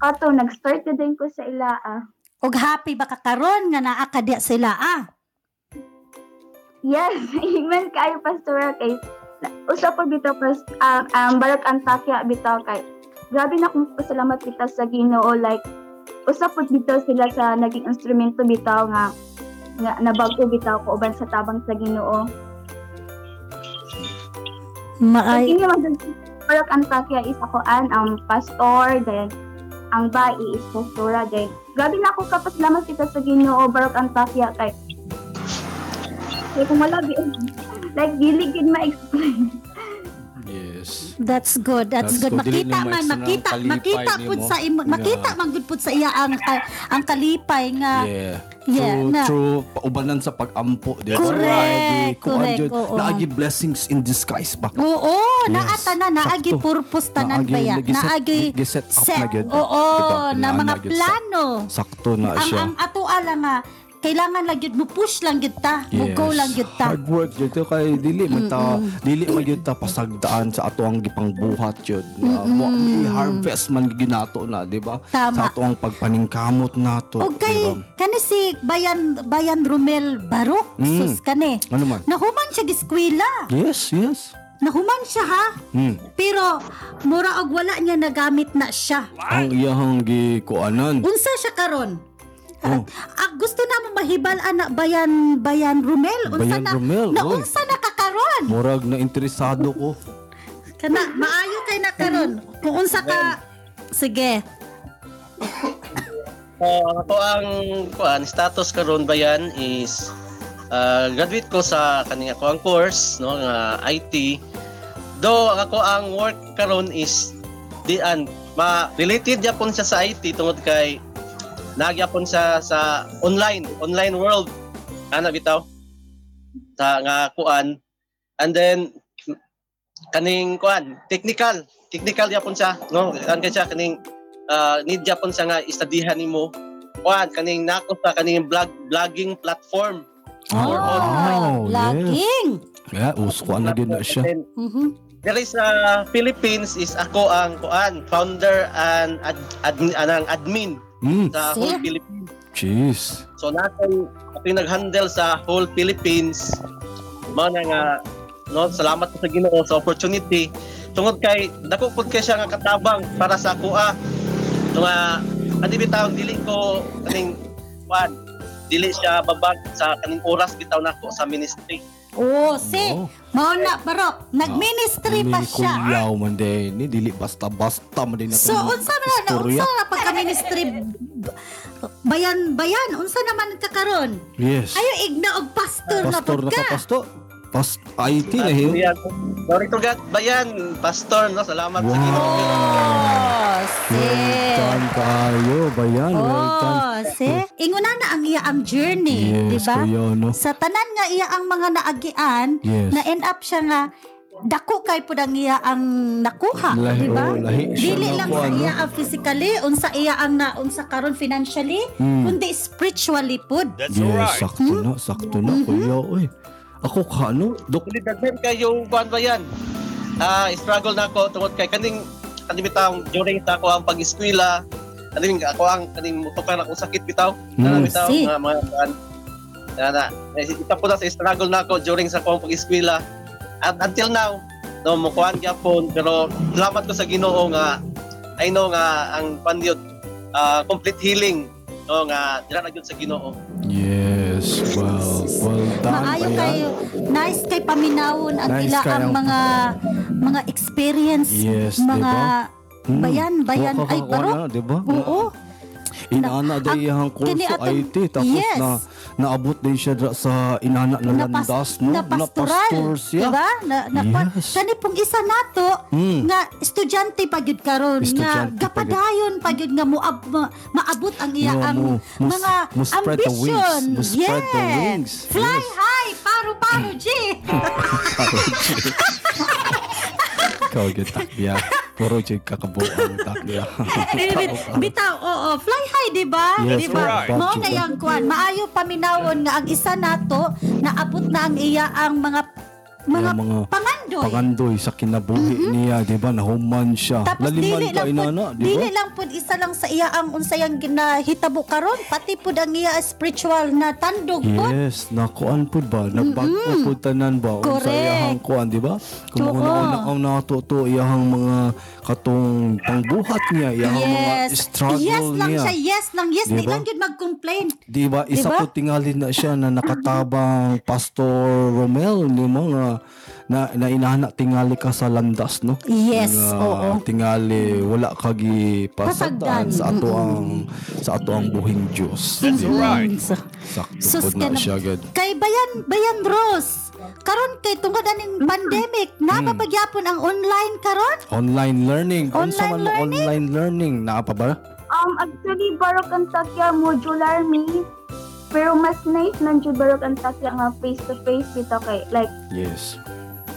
Speaker 4: Kato, nag-start na din ko sa ila ah.
Speaker 3: Og happy ba kakaron nga naa ka diya sila ah?
Speaker 4: Yes, amen kayo pastor kay usa pa bitaw pas ah, um, balag ang takya bitaw kay grabe na kung pasalamat kita sa Ginoo like usa po bitaw sila sa naging instrumento bitaw nga nga nabago bitaw ko uban sa tabang sa Ginoo. Ay.
Speaker 3: Maay
Speaker 4: Hindi naman Pero ang Takya is ako an ang pastor, then ang bai is pastora, then grabe na ako kapag naman kita sa Ginoo, Barok ang Takya kay kay kung wala bi like dili gid ma-explain.
Speaker 2: yes.
Speaker 3: That's good. That's,
Speaker 2: That's
Speaker 3: good.
Speaker 2: good. Dili
Speaker 3: Makita
Speaker 2: na
Speaker 3: man,
Speaker 2: ma-explain ang
Speaker 3: makita,
Speaker 2: kalipay
Speaker 3: makita
Speaker 2: ni
Speaker 3: pud
Speaker 2: mo.
Speaker 3: sa imo,
Speaker 2: Yeah.
Speaker 3: makita man gud pud sa iya ang ka- ang kalipay nga
Speaker 2: yeah.
Speaker 3: Ah, yeah,
Speaker 2: true,
Speaker 3: na-
Speaker 2: true. Paubanan sa pag-ampo. Di ba?
Speaker 3: Correct,
Speaker 2: Alrighty. Kuan,
Speaker 3: correct,
Speaker 2: Jod.
Speaker 3: oo.
Speaker 2: Naagi blessings in disguise ba?
Speaker 3: Oo,
Speaker 2: Yes.
Speaker 3: naata na naagi
Speaker 2: Sakto.
Speaker 3: purpose tanan
Speaker 2: Naagi-
Speaker 3: ba yan?
Speaker 2: nagi-set-
Speaker 3: Naagi
Speaker 2: nagi-set up na gyud.
Speaker 3: Oo,
Speaker 2: Diba?
Speaker 3: na
Speaker 2: Na-
Speaker 3: mga
Speaker 2: nagi-set.
Speaker 3: plano.
Speaker 2: Sakto na
Speaker 3: Ang
Speaker 2: siya.
Speaker 3: ang ato ala nga kailangan lang gyud mo push lang gyud ta, mo
Speaker 2: Yes.
Speaker 3: go lang gyud ta.
Speaker 2: Hard work jud to kay dili man ta dili man gyud ta pasagdaan sa ato ang gipangbuhat jud. Na mo may harvest man ginato na, di ba? Sa
Speaker 3: Tama.
Speaker 2: ato ang pagpaningkamot nato,
Speaker 3: O
Speaker 2: di ba?
Speaker 3: kay kani si Bayan Bayan Romel Barok
Speaker 2: Mm.
Speaker 3: sus kani.
Speaker 2: Ano man?
Speaker 3: Nahuman siya giskwela.
Speaker 2: Yes, yes.
Speaker 3: Nahuman siya ha.
Speaker 2: Hmm.
Speaker 3: Pero mura og wala niya nagamit na siya.
Speaker 2: Ang iyahang gikuanan.
Speaker 3: Unsa siya karon?
Speaker 2: Oh.
Speaker 3: Ah, gusto na mo mahibal anak Bayan Bayan Romel.
Speaker 2: Bayan
Speaker 3: Unsa na
Speaker 2: Romel,
Speaker 3: na
Speaker 2: oy.
Speaker 3: unsa na kakaron?
Speaker 2: Murag na interesado ko.
Speaker 3: Kana maayo kay na karon. Kung unsa ka Sige.
Speaker 5: So, ako Ah, ano ang kuan status karon ba yan is ah, graduate ko sa kaning ako ang course no nga IT. Do ako ang work karon is dian ma related yapon siya sa IT tungod kay nagyapon siya sa online online world ana bitaw sa nga kuan and then kaning kuan technical technical yapon siya no kan siya kaning uh, need Japan sa nga istadihan nimo kuan kaning nako sa kaning vlog vlogging platform
Speaker 3: Ah,
Speaker 2: Oh, wow,
Speaker 3: laging.
Speaker 2: Yeah, uskuan na gid na siya.
Speaker 5: And
Speaker 3: Mhm.
Speaker 5: there is sa Philippines is ako ang kuan founder and ad, admin anang admin
Speaker 2: Hmm,
Speaker 5: sa
Speaker 3: See?
Speaker 5: whole Philippines
Speaker 2: jeez.
Speaker 5: so natin ako yung nag-handle sa whole Philippines mao na nga no salamat sa Ginoo sa opportunity tungod kay dako pud kay siya nga katabang para sa ako ah So nga ani bitaw dili ko kaning kwan dili siya babag sa kaning oras bitaw nako sa ministry.
Speaker 3: Oh, si.
Speaker 2: Oo.
Speaker 3: Mao na barok. Nag-ministry
Speaker 2: Ni
Speaker 3: pa siya.
Speaker 2: Kunyaw man din. Ni dili basta-basta man din.
Speaker 3: So unsa man na
Speaker 2: Istorya.
Speaker 3: unsa na pagka-ministry b- bayan bayan unsa naman kakaron?
Speaker 2: Yes.
Speaker 3: Ayo igna og pastor, na
Speaker 2: pastor
Speaker 3: pud
Speaker 2: na
Speaker 3: ka.
Speaker 2: ka, pastor. Pas IT na hiyo.
Speaker 5: Yan. Sorry to God bayan pastor no salamat sa
Speaker 2: Wow.
Speaker 5: Ginoo.
Speaker 3: Oh, si.
Speaker 2: Welcome kayo, bayan. Welcome.
Speaker 3: Oh, si. Inguna na ang iya ang journey,
Speaker 2: Yes,
Speaker 3: di ba?
Speaker 2: kayo, no?
Speaker 3: Sa tanan nga iya ang mga naagian,
Speaker 2: Yes.
Speaker 3: na end up siya nga dako kay pud ang iya ang nakuha,
Speaker 2: Lahi-
Speaker 3: di ba?
Speaker 2: oo, lahi siya
Speaker 3: Dili
Speaker 2: na
Speaker 3: lang
Speaker 2: po,
Speaker 3: sa
Speaker 2: ano?
Speaker 3: iya ang physically, unsa iya ang na unsa karon financially,
Speaker 2: Mm.
Speaker 3: kundi spiritually pud. Hmm. Mm-hmm.
Speaker 2: yes, sakto na, sakto na, kuya. Uy. Ako ka, ano? Dok,
Speaker 5: Dili daghan kayo kuan ba yan? Ah, struggle na ako tungod kay kaning kaning bitaw during sa ako ang pag-eskwela. Kaning ako ang kaning mutukan ako sakit bitaw. Kana
Speaker 2: Mm.
Speaker 5: bitaw
Speaker 3: Sick.
Speaker 5: mga mga kuan. Kana ita po na sa struggle na ako during sa ako ang pag-eskwela. At until now, no mo kuan gyapon pero salamat ko sa Ginoo nga I know nga ang pandiot ah, complete healing no nga dira na gyud sa Ginoo.
Speaker 2: yes, well, well done
Speaker 3: Maayo
Speaker 2: ba yan?
Speaker 3: kayo. Nice kay paminawon ang
Speaker 2: Nice
Speaker 3: ila ang
Speaker 2: kayang-
Speaker 3: mga mga experience,
Speaker 2: Yes,
Speaker 3: mga
Speaker 2: Hmm.
Speaker 3: bayan, bayan
Speaker 2: Waka-
Speaker 3: ay
Speaker 2: wala,
Speaker 3: barok.
Speaker 2: diba?
Speaker 3: Oo.
Speaker 2: Inana
Speaker 3: ang-
Speaker 2: day ang kurso
Speaker 3: kini atong-
Speaker 2: IT tapos
Speaker 3: Yes.
Speaker 2: na naabot din siya dra sa inana na
Speaker 3: Napas-
Speaker 2: landas no
Speaker 3: na pastoral.
Speaker 2: Napastor siya.
Speaker 3: Diba? Na, na, pa-
Speaker 2: Yes.
Speaker 3: Kani pong isa nato
Speaker 2: Hmm.
Speaker 3: nga estudyante pa gyud karon nga
Speaker 2: Estudyante pa gyud.
Speaker 3: gapadayon pa gyud nga moab, ma- maabot ang iya
Speaker 2: Yeah,
Speaker 3: ang
Speaker 2: mo- mo-
Speaker 3: mga
Speaker 2: mo spread the wings.
Speaker 3: ambition.
Speaker 2: Mo spread the
Speaker 3: Yes.
Speaker 2: wings.
Speaker 3: Fly
Speaker 2: Yes. Mm.
Speaker 3: high, paro-paro, G.
Speaker 2: Ikaw gyud takya. Puro jig kakabuang takya.
Speaker 3: Bitaw, oo, fly high, di ba?
Speaker 2: Yes,
Speaker 3: di
Speaker 2: fly
Speaker 3: ba?
Speaker 2: high.
Speaker 3: Mao na yang kwan. Maayo paminawon nga ang isa nato naabot na ang iya ang mga mga,
Speaker 2: Ang mga
Speaker 3: pangandoy.
Speaker 2: Pangandoy sa kinabuhi niya, di ba? Nahuman siya.
Speaker 3: Mm-hmm. Tapos
Speaker 2: Laliman Ah,
Speaker 3: dili
Speaker 2: ka,
Speaker 3: lang pud,
Speaker 2: inana, diba? di ba?
Speaker 3: dili lang pud isa lang sa iya ang unsayang ginahitabo karon, pati pud ang iya spiritual na tandog pud.
Speaker 2: Yes, nakuan po ba? Nagbago po tanan ba? Unsa
Speaker 3: Correct.
Speaker 2: iyahang kuan, di ba? Kung
Speaker 3: Oo.
Speaker 2: una-una ang natuto, iyahang mga katong pangbuhat niya, iyahang mga
Speaker 3: Yes.
Speaker 2: struggle
Speaker 3: yes lang
Speaker 2: niya.
Speaker 3: siya, yes lang, yes.
Speaker 2: Di
Speaker 3: Di
Speaker 2: ba?
Speaker 3: lang yun mag-complain.
Speaker 2: Di ba? Isa
Speaker 3: Di ba?
Speaker 2: ko tingalin na siya na nakatabang Pastor Romel, ni mo nga na, na inana tingali ka sa landas, no?
Speaker 3: Yes,
Speaker 2: Nga
Speaker 3: oo.
Speaker 2: Tingali, wala kagi pasagdan
Speaker 3: Pasagdan,
Speaker 2: sa ato ang sa ato ang buhing Diyos. Di ba? Sakto
Speaker 3: Sus
Speaker 2: po
Speaker 3: ka
Speaker 2: na
Speaker 3: na-
Speaker 2: siya agad.
Speaker 3: Hmm. Kay Bayan, Bayan Rose, karon kay tungod aning pandemic, napapagyapon ang online karon.
Speaker 2: Online learning.
Speaker 3: Online
Speaker 2: Unsa man mo
Speaker 3: learning?
Speaker 2: online learning? Naa pa ba?
Speaker 4: Um, actually, Barok ang takya modular me. Pero mas nice nang jud Barok ang takya nga face-to-face bitaw kay like
Speaker 2: Yes.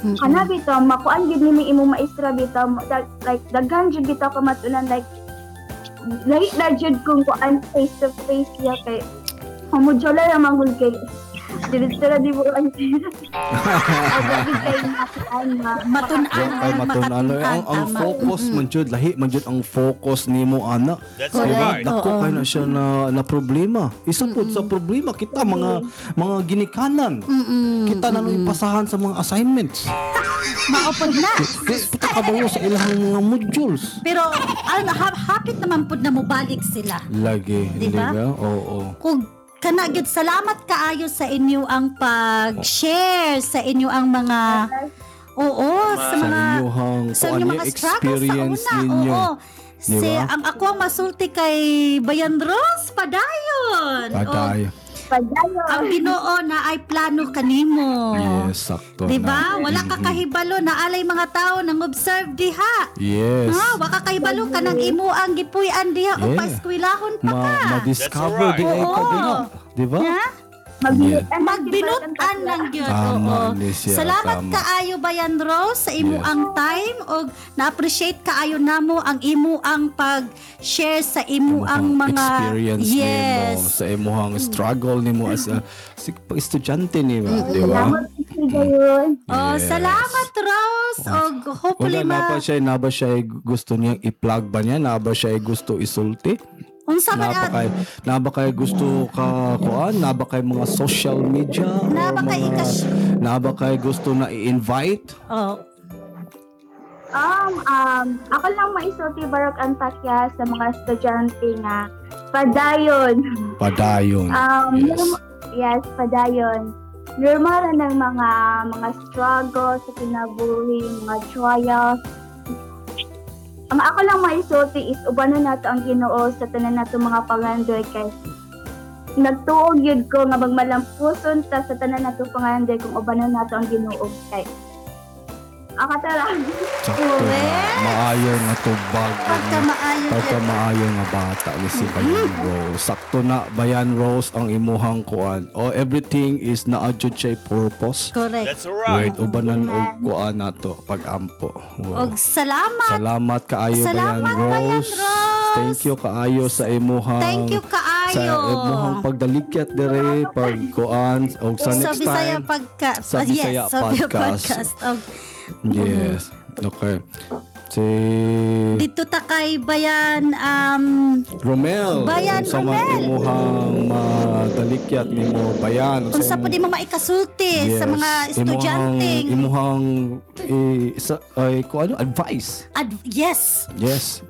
Speaker 3: Mm-hmm.
Speaker 4: kana bitaw makuan gid nimo imo maestra bitaw mo- dag- like daghan jud bitaw ka matunan like like na jud kung kuan face-to-face ya kay ang modular ang manghul kay Diretso na di mo ang Agad gid kay makuan nga.
Speaker 3: Matun-an,
Speaker 2: Wa- ay matunan
Speaker 3: makatungan,
Speaker 2: ang, ang
Speaker 3: Ah, tama.
Speaker 2: focus man jud lahi man jud ang focus nimo ana.
Speaker 6: That's
Speaker 3: Correct.
Speaker 6: right.
Speaker 2: Dako
Speaker 3: Oo.
Speaker 2: kay na siya na, na problema. Isa po sa problema kita mga mga ginikanan.
Speaker 3: Mm-mm.
Speaker 2: Kita na lang pasahan sa mga assignments.
Speaker 3: Maupod na.
Speaker 2: Kita kabayo sa ilang mga modules.
Speaker 3: Pero ang ha- hapit naman po na mubalik sila.
Speaker 2: Lagi, di
Speaker 3: Di ba?
Speaker 2: ba? Oo.
Speaker 3: Kung kana gyud salamat kaayo sa inyo ang pag-share sa inyo ang mga Oo, sa
Speaker 2: Sa
Speaker 3: mga
Speaker 2: inyong
Speaker 3: sa inyo mga struggles sa
Speaker 2: experience
Speaker 3: una.
Speaker 2: ninyo.
Speaker 3: Oo.
Speaker 2: Di
Speaker 3: Si,
Speaker 2: ba?
Speaker 3: ang ako ang masulti kay Bayan Rose Padayon.
Speaker 2: Aday.
Speaker 3: Oo.
Speaker 4: Padayon.
Speaker 3: ang Ginoo na ay plano kanimo.
Speaker 2: Yes, sakto
Speaker 3: Di
Speaker 2: na.
Speaker 3: ba? Wala ka kahibalo na alay mga tao nang observe diha.
Speaker 2: Yes.
Speaker 3: Ha, waka kay balo ka ng imo ang gipuy-an diha o
Speaker 2: Yeah.
Speaker 3: paeskwelahon pa ka.
Speaker 2: ma ma-discover
Speaker 6: That's
Speaker 2: din diba? ay
Speaker 3: right.
Speaker 2: kabila. Di ba?
Speaker 3: Ha?
Speaker 4: Magbinutan lang si Barok ang
Speaker 3: Oh. Magbinutan
Speaker 4: takya.
Speaker 3: lang gyud.
Speaker 2: Tama,
Speaker 3: oo.
Speaker 2: Alicia,
Speaker 3: Salamat
Speaker 2: tama.
Speaker 3: kaayo Bayan Rose sa imo
Speaker 2: Yes.
Speaker 3: ang time og na-appreciate kaayo namo ang imo ang pag-share sa imo ang
Speaker 2: Mukhang
Speaker 3: mga
Speaker 2: experience
Speaker 3: yes.
Speaker 2: nimo sa imuhang struggle nimo as a sig- estudyante nimo, diba? di ba?
Speaker 4: Salamat si Gayon.
Speaker 3: Oh,
Speaker 2: Yes.
Speaker 3: salamat Rose og
Speaker 2: Wala
Speaker 3: hopefully
Speaker 2: na
Speaker 3: ma
Speaker 2: pa siya, na ba siya ay gusto niyang i-plug ba niya? Na ba siya ay gusto isulti?
Speaker 3: unsa
Speaker 2: Na
Speaker 3: man
Speaker 2: ba
Speaker 3: ang
Speaker 2: kay, na ba kay gusto ka kuan? Na ba kay mga social media?
Speaker 3: Na ba
Speaker 2: Or
Speaker 3: kay
Speaker 2: mga-
Speaker 3: ikas-
Speaker 2: Na ba kay gusto na i-invite?
Speaker 3: oh,
Speaker 4: Um, um, ako lang maisulti Barok Antakya sa mga estudyante nga padayon.
Speaker 2: Padayon.
Speaker 3: Ah,
Speaker 4: Um,
Speaker 2: yes.
Speaker 4: norm- yes, padayon. Normal na ng mga mga struggle sa kinabuhi, mga trials. Ang ako lang maisulti is uban na nato ang Ginoo sa tanan nato mga pangandoy kay nagtuog yun ko nga magmalampuson ta sa tanan nato pangandoy kung uban na nato ang Ginoo kay Ang katara.
Speaker 2: Sakto na. Maayo nga tubag.
Speaker 3: pagka maayo
Speaker 2: Pagka
Speaker 3: gyud.
Speaker 2: maayo nga bata ni si Bayan
Speaker 3: Mm.
Speaker 2: Rose. Sakto na Bayan Rose ang imuhang kuan. O everything is na-adjud siya purpose.
Speaker 3: Correct.
Speaker 6: That's right.
Speaker 2: Wait, ubanan og kuan nato pag-ampo. Wow.
Speaker 3: Og salamat.
Speaker 2: Salamat kaayo
Speaker 3: Salamat,
Speaker 2: Bayan Rose.
Speaker 3: Bayan Rose.
Speaker 2: Thank you kaayo sa imuhang
Speaker 3: Thank you kaayo
Speaker 2: sa
Speaker 3: kayo.
Speaker 2: imong pagdalikyat dere pagkuan og sa
Speaker 3: Sa
Speaker 2: next
Speaker 3: Bisaya
Speaker 2: time.
Speaker 3: Podcast.
Speaker 2: Sa Bisaya
Speaker 3: yes, sa Bisaya
Speaker 2: Podcast.
Speaker 3: Podcast. Oh,
Speaker 2: Yes. Okay. Si
Speaker 3: dito ta kay Bayan um,
Speaker 2: Romel.
Speaker 3: Bayan
Speaker 2: unsa man
Speaker 3: Romel.
Speaker 2: Imuhang madalikyat nimo bayan.
Speaker 3: kung sa
Speaker 2: imong-
Speaker 3: pwede mo maikasulti sa mga
Speaker 2: Yes.
Speaker 3: estudyanteng.
Speaker 2: Imuhang, imuhang eh, sa, ay, kung ano, advice.
Speaker 3: Ad- yes.
Speaker 2: Yes.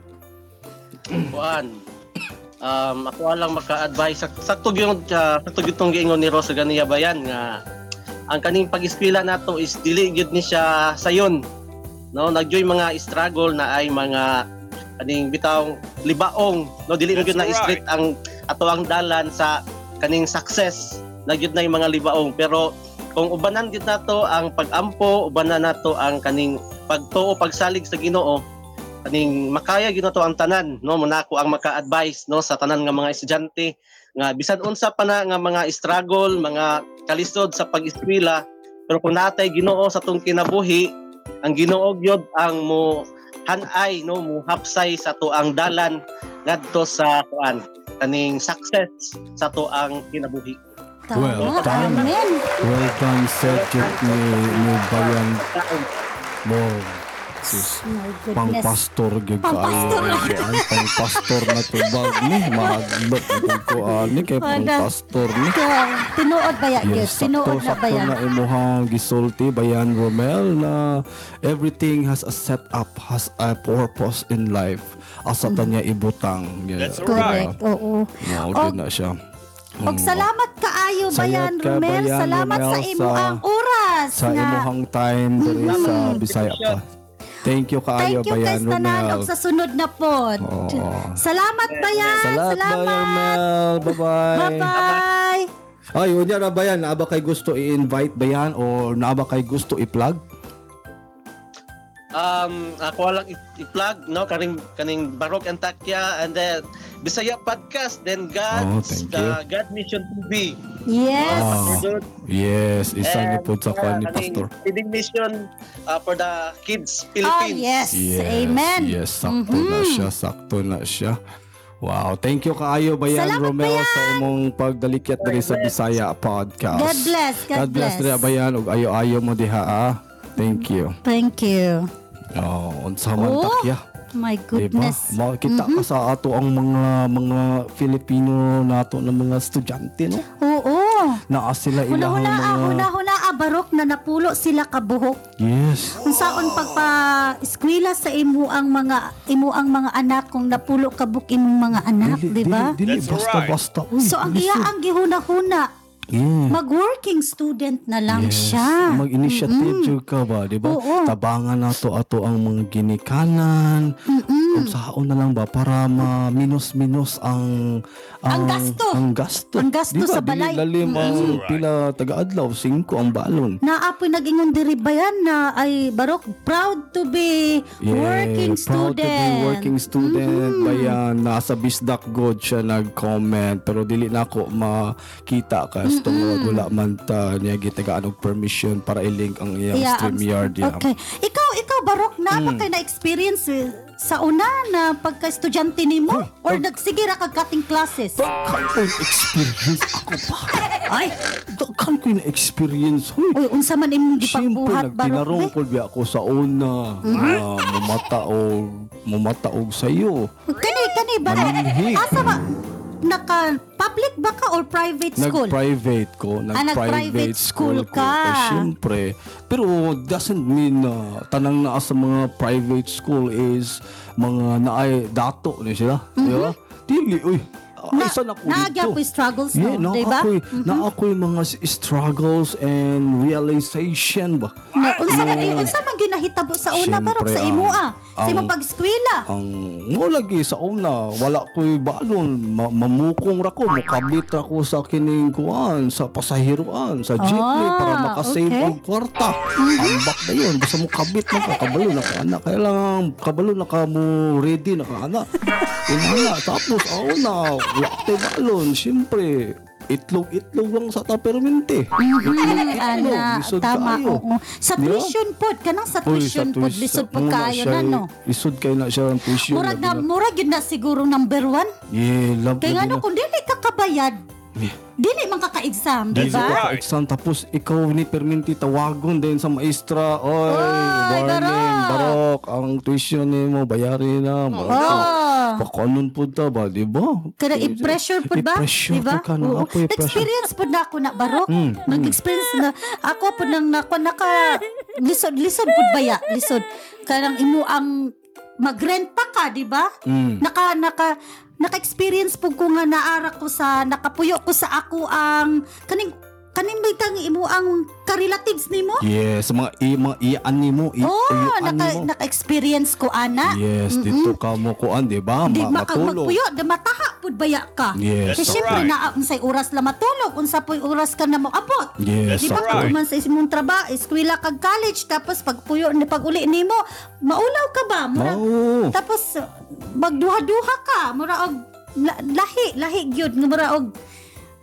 Speaker 5: kuan um ako lang maka-advise Sak- sakto gyud uh, sakto gyud tong giingon ni Rosa ganiya ba yan nga ang kaning pag-eskwela nato is dili gyud ni siya sayon no nagjoy mga struggle na ay mga kaning bitaw libaong no dili na
Speaker 6: That's
Speaker 5: gyud na
Speaker 6: right.
Speaker 5: straight ang ato ang dalan sa kaning success na gyud na yung mga libaong pero kung ubanan gyud nato ang pag-ampo ubanan nato ang kaning pagtuo pagsalig sa Ginoo kaning makaya gyud nato ang tanan no muna ako ang maka-advise no sa tanan nga mga estudyante nga bisan unsa pa na nga mga struggle mga kalisod sa pag-eskwela pero kung natay Ginoo sa tong kinabuhi ang Ginoo gyud ang mo hanay no mo hapsay sa to ang dalan ngadto sa kuan kaning success sa to ang kinabuhi
Speaker 3: Tama.
Speaker 2: Well, tama.
Speaker 3: Amen.
Speaker 2: Well done, Sir Jeff ni, ni Bayan mo. Sis.
Speaker 3: My goodness.
Speaker 2: Pang-pastor gyud ka.
Speaker 3: Pang-pastor.
Speaker 2: Ay, pang-pastor na tubag ni mahadlok gyud ko ani kay
Speaker 3: Wala.
Speaker 2: pang-pastor ni.
Speaker 3: Ka- Tinuod ba yan? Yes,
Speaker 2: Yes,
Speaker 3: tinuod
Speaker 2: sakto,
Speaker 3: na ba
Speaker 2: sakto
Speaker 3: yan?
Speaker 2: na imuhang gisulti Bayan Romel na everything has a setup, has a purpose in life. Asa ta niya ibutang. Yeah.
Speaker 6: That's
Speaker 3: Correct. Oo.
Speaker 2: Wow,
Speaker 3: Og-
Speaker 2: good na siya.
Speaker 3: Og salamat kaayo
Speaker 2: Salamat
Speaker 3: Bayan
Speaker 2: Mm. ka,
Speaker 3: Romel.
Speaker 2: Bayan
Speaker 3: Salamat sa
Speaker 2: Romel,
Speaker 3: imo
Speaker 2: sa-
Speaker 3: ang oras
Speaker 2: Sa
Speaker 3: nga.
Speaker 2: imuhang time diri sa Bisaya pa. Thank you kaayo
Speaker 3: Thank you
Speaker 2: Bayan
Speaker 3: guys tanan
Speaker 2: Romel.
Speaker 3: og sa sunod na pod.
Speaker 2: Oo.
Speaker 3: Salamat Bayan.
Speaker 2: Salat Bayan
Speaker 3: Salamat.
Speaker 2: Romel. Bye-bye.
Speaker 3: Bye-bye.
Speaker 2: Ay, yun yan na ba yan? Naaba kay gusto i-invite ba yan? O naaba kay gusto i-plug?
Speaker 5: Um, ako lang i- i-plug, no? Kaning, kaning Barok and Takya, and then Bisaya Podcast, then
Speaker 2: Oh,
Speaker 5: God,
Speaker 2: thank you.
Speaker 5: uh, God Mission TV.
Speaker 3: Yes.
Speaker 2: Ah,
Speaker 5: Good.
Speaker 2: yes, isa niyo po sa kwan ni
Speaker 5: Uh, kaning
Speaker 2: Pastor.
Speaker 5: Feeding Mission uh, for the Kids
Speaker 3: Oh,
Speaker 5: Philippines.
Speaker 3: yes.
Speaker 2: Yes,
Speaker 3: Amen. Mm-hmm.
Speaker 2: Yes, sakto na siya, sakto na siya. Wow, thank you kaayo Bayan
Speaker 3: Salamat,
Speaker 2: Romeo sa imong pagdalikyat diri sa Bisaya podcast.
Speaker 3: God bless. God,
Speaker 2: God bless diri Bayan ug ayo-ayo mo diha. ah. Thank you.
Speaker 3: Thank you.
Speaker 2: Oh, unsa man
Speaker 3: Oh,
Speaker 2: takya.
Speaker 3: My goodness. Mm-hmm.
Speaker 2: Diba? Makita ka sa ato ang mga mga Filipino nato ng mga estudyante no.
Speaker 3: Oo.
Speaker 2: Naa sila ilang
Speaker 3: Huna-huna, ah,
Speaker 2: mga
Speaker 3: huna-huna, ah, barok na napulo sila kabuhok.
Speaker 2: Yes.
Speaker 3: Kung saon pagpa-eskwela sa imo ang mga imo ang mga anak kung napulo kabuk imong mga anak, di ba?
Speaker 2: Dili,
Speaker 6: That's
Speaker 2: basta,
Speaker 6: right.
Speaker 2: basta. Uy,
Speaker 3: So ang iya ang gihuna-huna,
Speaker 2: Yeah.
Speaker 3: mag-working student na
Speaker 2: Hmm.
Speaker 3: lang
Speaker 2: Yes.
Speaker 3: siya.
Speaker 2: Mag-initiative jud ka ba, di ba?
Speaker 3: Oo.
Speaker 2: Tabangan nato ato ang mga ginikanan. Kung saon na lang ba para ma-minus-minus ang
Speaker 3: Ang gasto.
Speaker 2: Ang gasto,
Speaker 3: Ang gasto
Speaker 2: Di ba?
Speaker 3: sa
Speaker 2: Dili
Speaker 3: balay.
Speaker 2: lalim
Speaker 6: Mm-mm.
Speaker 2: ang
Speaker 6: That's right.
Speaker 2: pila taga-adlaw, 5 ang balon.
Speaker 3: Naapoy nag-ingon diri ba yan na ay barok proud to be
Speaker 2: Yeah,
Speaker 3: working Mm-hmm.
Speaker 2: proud
Speaker 3: student.
Speaker 2: to be working student. Bayan, nasa Bisdak God siya nag-comment. Pero dili na ako makita ka. Mm wala man ta niya gitagaan og permission para i-link ang iyang iya.
Speaker 3: Yeah, ang-
Speaker 2: StreamYard. Yeah.
Speaker 3: Iya,
Speaker 2: Hmm.
Speaker 3: Okay. Ikaw, ikaw, Barok, na ba kay na-experience eh, sa una na pagka-estudyante ni mo? Or nagsige ra kag kating classes?
Speaker 2: Daghan ko yung experience ako pa.
Speaker 3: Ay,
Speaker 2: Daghan ko yung experience. Hoy,
Speaker 3: uy, unsa man imong
Speaker 2: Siyempre,
Speaker 3: gipagbuhat,
Speaker 2: nagtinarong
Speaker 3: Barok?
Speaker 2: ko
Speaker 3: eh?
Speaker 2: biya ako sa una na mumataog, mumataog sa iyo.
Speaker 3: eh? Kani, kani, Barok.
Speaker 2: Maninhi.
Speaker 3: Asa ba? Naka, public ba ka or private school?
Speaker 2: Nag-private ko.
Speaker 3: nag-private
Speaker 2: Nag-private
Speaker 3: school
Speaker 2: school,
Speaker 3: ka.
Speaker 2: ko. Eh, syempre. Pero doesn't mean na tanang naa sa mga private school is mga naay dato ni sila. Di ba? Dili, uy. Na,
Speaker 3: Na-
Speaker 2: isa na ko
Speaker 3: naagya
Speaker 2: dito.
Speaker 3: ako'y struggles
Speaker 2: yeah,
Speaker 3: no, di ba? Mm-hmm.
Speaker 2: naakoy- naakoy mga s- struggles and realization ba.
Speaker 3: Na, unsa man, eh, unsa man ginahitabo sa una, Barok,
Speaker 2: Siyempre,
Speaker 3: sa imo
Speaker 2: ang-
Speaker 3: ah? Sa imong
Speaker 2: ang-
Speaker 3: pag-eskwela?
Speaker 2: ang mo lagi sa una wala ko'y balon ma- mamukong ra ko mukabit ra ko sa kining kuan sa pasahiroan sa jeepney
Speaker 3: Ah,
Speaker 2: para makasave
Speaker 3: okay.
Speaker 2: ang kwarta ambak na yun basta mukabit na ka kabalo na ka anak kailangan kabalo na ka mo oh, ready na ka anak inhala tapos aw na wala ko'y balon syempre itlog-itlog lang sa tapermente.
Speaker 3: Mm, ana,
Speaker 2: lisod
Speaker 3: tama
Speaker 2: kaayo.
Speaker 3: oo. Sa
Speaker 2: Di ba?
Speaker 3: tuition pod kanang sa
Speaker 2: Uy,
Speaker 3: tuition pod
Speaker 2: tuis-
Speaker 3: lisod pod
Speaker 2: muna
Speaker 3: kaayo
Speaker 2: siya, eh.
Speaker 3: na no.
Speaker 2: Isod kayo na siya ang tuition.
Speaker 3: Murag na
Speaker 2: labi
Speaker 3: murag yun na siguro number one.
Speaker 2: Yeah, love
Speaker 3: Kay
Speaker 2: labi
Speaker 3: ngano
Speaker 2: Eh, na.
Speaker 3: kung dili ka kabayad,
Speaker 2: Yeah.
Speaker 3: dili man ka ka-exam,
Speaker 2: Dili
Speaker 3: di ba?
Speaker 2: ka exam tapos ikaw ni Perminti tawagon din sa maestra. Oy,
Speaker 3: Oy,
Speaker 2: warning,
Speaker 3: Barok!
Speaker 2: barok. Ang tuition ni mo, bayarin na. Oh.
Speaker 3: Oh.
Speaker 2: Pakanon po ta ba, di ba?
Speaker 3: Kada i-pressure po ba?
Speaker 2: I-pressure po
Speaker 3: Diba?
Speaker 2: ka na.
Speaker 3: Oo.
Speaker 2: Ako i-pressure.
Speaker 3: Experience po na ako na barok.
Speaker 2: Mm,
Speaker 3: Nag-experience na. Ako po nang nako naka lisod lisod po ba ya? Lisod. Kanang imo ang magrenta ka, di ba?
Speaker 2: Mm.
Speaker 3: Naka naka naka-experience po ko nga naara ko sa nakapuyo ko sa ako ang kaning kaning bitang imo ang ka-relatives nimo.
Speaker 2: Yes, mga i mga iaan ni mo, i,
Speaker 3: Oh,
Speaker 2: iaan ni
Speaker 3: naka,
Speaker 2: mo.
Speaker 3: naka-experience ko ana.
Speaker 2: Yes, dito ka mo kuan, di ba?
Speaker 3: Di
Speaker 2: Ma-
Speaker 3: ba kang
Speaker 2: matulog.
Speaker 3: magpuyo, da mataha pud baya ka.
Speaker 2: Yes.
Speaker 3: Kasi
Speaker 2: That's
Speaker 3: syempre na unsay oras la matulog, unsa po'y oras ka na moabot.
Speaker 2: Yes,
Speaker 3: Di ba
Speaker 2: sakto.
Speaker 3: kung man sa imong trabaho, eskwela kag college tapos pagpuyo ni pag uli nimo, maulaw ka ba? Murag-
Speaker 2: Mao.
Speaker 3: Tapos magduha-duha ka, mura og la- lahi, lahi gyud nga mura og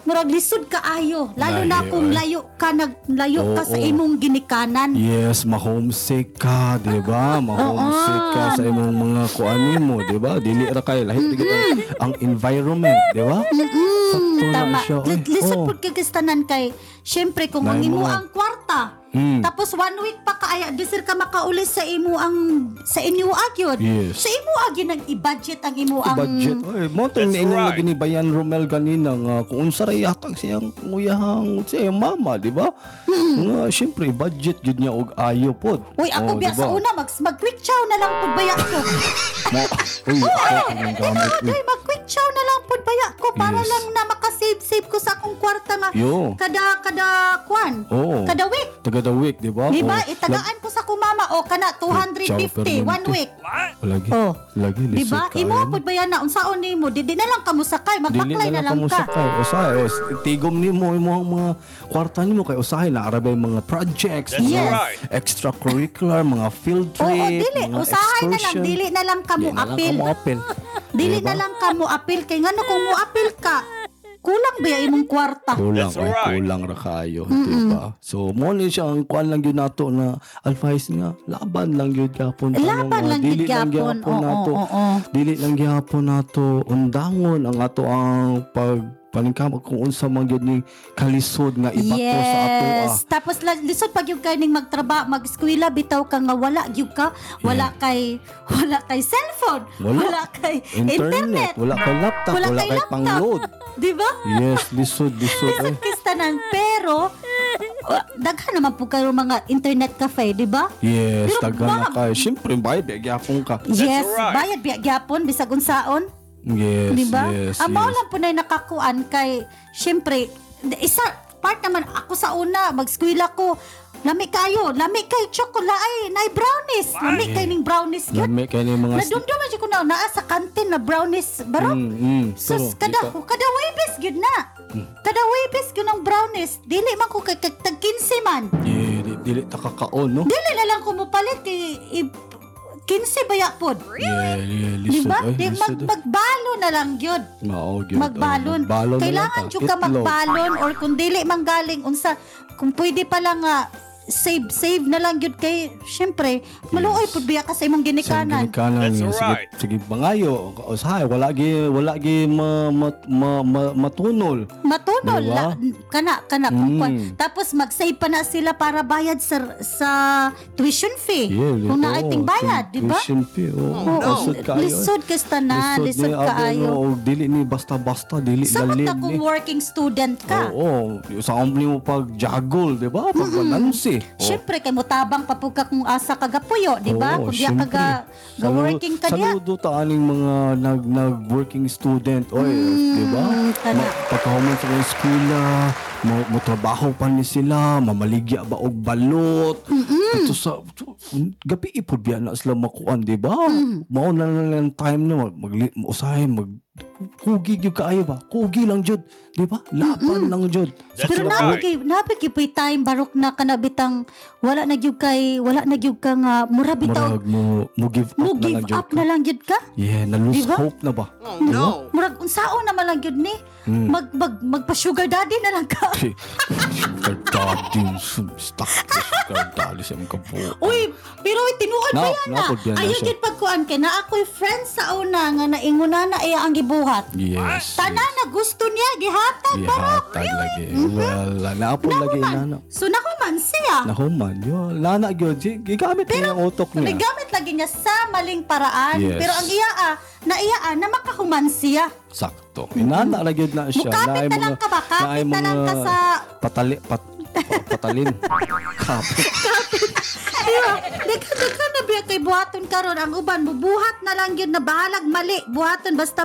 Speaker 3: murag lisod ka ayo. Lalo na
Speaker 2: Lahi,
Speaker 3: kung
Speaker 2: oy.
Speaker 3: layo ka nag layo ka sa
Speaker 2: Oo.
Speaker 3: imong ginikanan.
Speaker 2: Yes, ma-homesick ka, di ba? Ma-homesick ka sa imong mga kuanin mo, di ba? Dili ra kay lahi digid ang- ang environment, di ba? Sakto na
Speaker 3: Tama.
Speaker 2: siya, eh. Oh, oy.
Speaker 3: Li- Lisod
Speaker 2: Oo.
Speaker 3: pud kay kastanan kay syempre kung ang
Speaker 2: Lahi
Speaker 3: imo
Speaker 2: mga-
Speaker 3: ang kwarta.
Speaker 2: Mm.
Speaker 3: Tapos one week pa kaaya disir ka makauli sa imo ang sa inyo agyod.
Speaker 2: Yes.
Speaker 3: Sa imo agyod nag i-budget ang imo ang
Speaker 2: budget. Oy, mo to ni inyong
Speaker 6: right.
Speaker 2: ginibayan Romel ganina nga kung unsa ra yatag siyang nguyahang siyang mama, di ba? Nga syempre budget jud niya og ayo pod.
Speaker 3: Uy, ako
Speaker 2: Oh, di
Speaker 3: biya
Speaker 2: ba?
Speaker 3: sa una mag mag-quick chow na lang pud baya ko.
Speaker 2: Mo, uy, ako ang
Speaker 3: Eh,
Speaker 2: gamit.
Speaker 3: Ikaw, kay mag-quick chow na lang pud baya ko para
Speaker 2: Yes.
Speaker 3: lang na makasave-save ko sa akong kwarta nga
Speaker 2: Yo.
Speaker 3: kada kada kwan.
Speaker 2: Oo.
Speaker 3: Kada week.
Speaker 2: Taga the week, di ba?
Speaker 3: Di ba?
Speaker 2: Oh,
Speaker 3: Itagaan ko sa kumama o kana
Speaker 2: Chow,
Speaker 3: 250 one
Speaker 2: permanente.
Speaker 3: week.
Speaker 2: Lagi.
Speaker 3: Oh.
Speaker 2: Lagi
Speaker 3: Di
Speaker 2: lisod
Speaker 3: ba?
Speaker 2: ka,
Speaker 3: Imo
Speaker 2: ayan.
Speaker 3: pud baya na unsaon nimo? Di, di na lang ka musakay, magbaklay na lang ka.
Speaker 2: Usakay. Usahay. Us, tigom ni mo yung mga, mga kwarta ni mo kay usahay na arabay mga projects,
Speaker 6: That's
Speaker 2: mga
Speaker 6: right.
Speaker 2: extracurricular, mga field
Speaker 3: Oo,
Speaker 2: trip,
Speaker 3: dili.
Speaker 2: mga
Speaker 3: Usahay na lang.
Speaker 2: excursion.
Speaker 3: Dili na lang ka mo
Speaker 2: Dili na lang
Speaker 3: apil.
Speaker 2: ka mo-apil.
Speaker 3: Dili
Speaker 2: Diba?
Speaker 3: na lang ka mo apil. Kaya nga no, kung mo apil ka, kulang ba yung imong kwarta?
Speaker 2: Kulang,
Speaker 6: That's
Speaker 2: ay,
Speaker 6: right.
Speaker 2: kulang ra kayo, di ba? So, mo ni siya ang kuan lang yun nato na advice nga, laban lang yun yapon.
Speaker 3: Laban lang yun gyapon. Oo,
Speaker 2: nato.
Speaker 3: oo, oo.
Speaker 2: Dili lang gyapon nato undangon ang ato ang pag paningkamot kung unsa man gyud ni kalisod nga ibato sa ato ah.
Speaker 3: Yes. Tapos la- lisod pag yung kaning magtraba, mag-eskwela, bitaw ka nga wala gyud ka, wala kay wala kay cellphone,
Speaker 2: Hmm. Wala.
Speaker 3: wala, kay
Speaker 2: internet,
Speaker 3: internet,
Speaker 2: wala kay laptop, wala, kay,
Speaker 3: laptop.
Speaker 2: pangload.
Speaker 3: Di ba?
Speaker 2: yes, lisod, lisod. eh.
Speaker 3: Kistanan pero uh, daghan naman po kayo mga internet cafe, di ba?
Speaker 2: Yes,
Speaker 3: Pero
Speaker 2: taga na
Speaker 3: ma'am-
Speaker 2: kayo. Siyempre, bay, begyapon ka.
Speaker 3: Yes,
Speaker 6: right.
Speaker 3: bayad biya gyapon bisag unsaon,
Speaker 2: Yes,
Speaker 3: di ba?
Speaker 2: yes,
Speaker 3: Diba? Ang
Speaker 2: yes.
Speaker 3: mao lang po na nakakuan kay syempre d- isa part naman ako sa una mag-eskwela ko Lami kayo, lami kay chocolate, nay brownies. Lami kay ning brownies gyud.
Speaker 2: Lami kayo ng mga...
Speaker 3: Nadumduman siya ko na naa sa kantin na brownies baro.
Speaker 2: Mm, mm,
Speaker 3: Sus,
Speaker 2: pero,
Speaker 3: kada
Speaker 2: kita-
Speaker 3: kada webes gyud na.
Speaker 2: Mm.
Speaker 3: Kada webes gyud ang brownies. Dili man ko kay kag tag 15 man.
Speaker 2: Yeah, di- dili takakaon, no?
Speaker 3: Dili na lang ko mopalit i, i- 15 baya pod.
Speaker 2: Yeah, yeah,
Speaker 3: Di
Speaker 2: lisod.
Speaker 3: ba?
Speaker 2: ay,
Speaker 3: Di
Speaker 2: lisod,
Speaker 3: mag,
Speaker 2: eh.
Speaker 3: magbalo na lang gyud.
Speaker 2: Mao, gyud,
Speaker 3: Magbalon.
Speaker 2: ay, magbalon na
Speaker 3: Kailangan
Speaker 2: lang
Speaker 3: jud ka
Speaker 2: Itlog.
Speaker 3: magbalon or kung dili man galing unsa kung pwede pa lang nga save save na lang gyud kay syempre maluoy
Speaker 2: Yes.
Speaker 3: pod biya ka sa imong
Speaker 2: Sa
Speaker 3: ginikanan.
Speaker 2: ginikanan.
Speaker 6: That's
Speaker 2: Sige-
Speaker 6: right.
Speaker 2: Sige, bangayo. Usahay, wala gi, wala gi ma, ma, ma, ma, matunol.
Speaker 3: Matunol
Speaker 2: Diba?
Speaker 3: la, kana kana kung
Speaker 2: Mm.
Speaker 3: kwan. tapos mag-save pa na sila para bayad sa sa tuition fee
Speaker 2: Yeah,
Speaker 3: kung
Speaker 2: oo,
Speaker 3: na Eh, ating bayad
Speaker 2: tuition-
Speaker 3: di ba
Speaker 2: tuition fee, oo.
Speaker 6: Oh,
Speaker 3: Oo,
Speaker 2: Lisod kayo, ah, eh.
Speaker 3: lisod ka sa tanan, lisod
Speaker 2: ni,
Speaker 3: ka
Speaker 2: abi,
Speaker 3: ayo.
Speaker 2: oo, dili ni basta-basta, dili
Speaker 3: Samot
Speaker 2: lalim
Speaker 3: na
Speaker 2: ni.
Speaker 3: kung working student ka.
Speaker 2: Oo, oh, sa umpli mo pag jagol, di ba? Pag balanse. Oo.
Speaker 3: Siyempre, kay mutabang papuka kung asa kagapuyo, di ba?
Speaker 2: Oo,
Speaker 3: Diba? kung diya
Speaker 2: Oh, syempre.
Speaker 3: kaga
Speaker 2: Salu-
Speaker 3: working ka diya.
Speaker 2: Saludo ta aning mga nag nag-working student oy,
Speaker 3: Mm,
Speaker 2: di ba?
Speaker 3: tama.
Speaker 2: Ma- Pagkahuman sa mga eskwela, mo, mo trabaho pa ni sila, mamaligya ba og balot. Ito sa to- gabi ipod biya na sila makuan, di ba?
Speaker 3: Mm.
Speaker 2: Mao na lang ang time na mag, mag usahay mag kugi gyud kaayo ba? Kugi lang jud, di ba? Laban lang jud. Sa
Speaker 6: That's
Speaker 3: Pero
Speaker 6: right.
Speaker 2: trabaho,
Speaker 3: napigay, napigay po'y time barok na kanabitang wala na gyud kay, wala na gyud ka nga, mura bitaw,
Speaker 2: Murag mo, mo give up
Speaker 3: mo
Speaker 2: na
Speaker 3: give
Speaker 2: lang jud
Speaker 3: up Diba?
Speaker 2: ka.
Speaker 3: na lang gyud ka.
Speaker 2: Yeah, na lose
Speaker 3: Di ba?
Speaker 2: hope na ba?
Speaker 6: Oh no.
Speaker 3: Murag unsaon na malang gyud ni.
Speaker 2: Mm.
Speaker 3: Mag, mag, magpa-sugar daddy na lang ka.
Speaker 2: Sugar daddy. Stuck ko sugar daddy sa mga kabuo.
Speaker 3: Uy, pero uy, tinuod
Speaker 2: Na-
Speaker 3: pa yan na.
Speaker 2: naapod yan na
Speaker 3: Ayaw
Speaker 2: siya.
Speaker 3: gid pagkuan kay na ako'y friend sa una nga nainguna na iya ang gibuhat.
Speaker 2: Yes.
Speaker 3: Tana na gusto niya gihatag para.
Speaker 2: Gihatag lagi. Well, naapon lagi na na.
Speaker 3: So nako man siya.
Speaker 2: Nahuman. Yun. Lana yun. Gi- Gigamit niya ang utok niya.
Speaker 3: Nagamit lagi niya sa maling paraan.
Speaker 2: Yes.
Speaker 3: Pero ang iya ah, na iya ah, na makahuman siya.
Speaker 2: Sakto. Inana lagi na siya.
Speaker 3: Mukapit
Speaker 2: Naay
Speaker 3: na lang
Speaker 2: mga-
Speaker 3: ka ba?
Speaker 2: naay
Speaker 3: Kapit na lang ka
Speaker 2: mga-
Speaker 3: sa...
Speaker 2: Patali, pat, pa- patalin. Kapit.
Speaker 3: Pero, deka-deka na biya kay buhaton karon ang uban. Bubuhat na lang yun na bahalag mali. Buhaton basta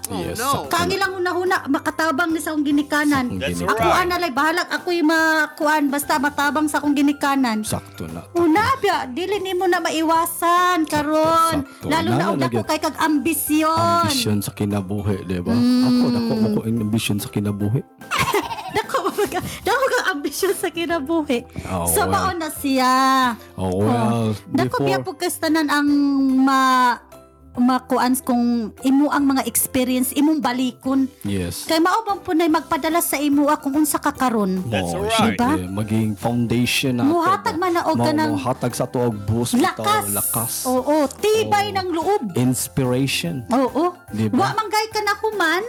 Speaker 6: Oh,
Speaker 2: yes,
Speaker 6: no.
Speaker 2: sakto.
Speaker 3: Kangilang una-una, makatabang ni sa akong ginikanan.
Speaker 6: That's
Speaker 2: Gini-
Speaker 6: right.
Speaker 3: Akuan na lang, bahalag ako'y makuan basta matabang sa akong ginikanan.
Speaker 2: Sakto na.
Speaker 3: Una biya, dili nimo na maiwasan karon.
Speaker 2: Sakto, sakto.
Speaker 3: Lalo na
Speaker 2: Nalo
Speaker 3: og
Speaker 2: na
Speaker 3: dako
Speaker 2: gyud.
Speaker 3: kay kag ambisyon.
Speaker 2: Ambisyon sa kinabuhi, di ba? Ako, dako mo ko ang ambisyon sa kinabuhi.
Speaker 3: Dako ba Dako kag ambisyon sa kinabuhi.
Speaker 2: Oh,
Speaker 3: So
Speaker 2: well.
Speaker 3: maon na siya.
Speaker 2: Oh, well.
Speaker 3: Dako
Speaker 2: before,
Speaker 3: biya po kastanan ang ma makuans kung imo ang mga experience imong balikon
Speaker 2: yes.
Speaker 3: kay mao bang punay magpadala sa imo ah kung unsa ka karon
Speaker 6: That's
Speaker 2: Mo,
Speaker 6: right.
Speaker 2: syempre,
Speaker 3: Diba?
Speaker 2: Maging foundation na.
Speaker 3: muhatag man na og kanang
Speaker 2: Muhatag sa tuog boost.
Speaker 3: lakas Oh.
Speaker 2: Lakas.
Speaker 3: oo tibay
Speaker 2: Oo.
Speaker 3: ng loob
Speaker 2: Inspiration.
Speaker 3: oo
Speaker 2: Diba?
Speaker 3: wa manggay ka na human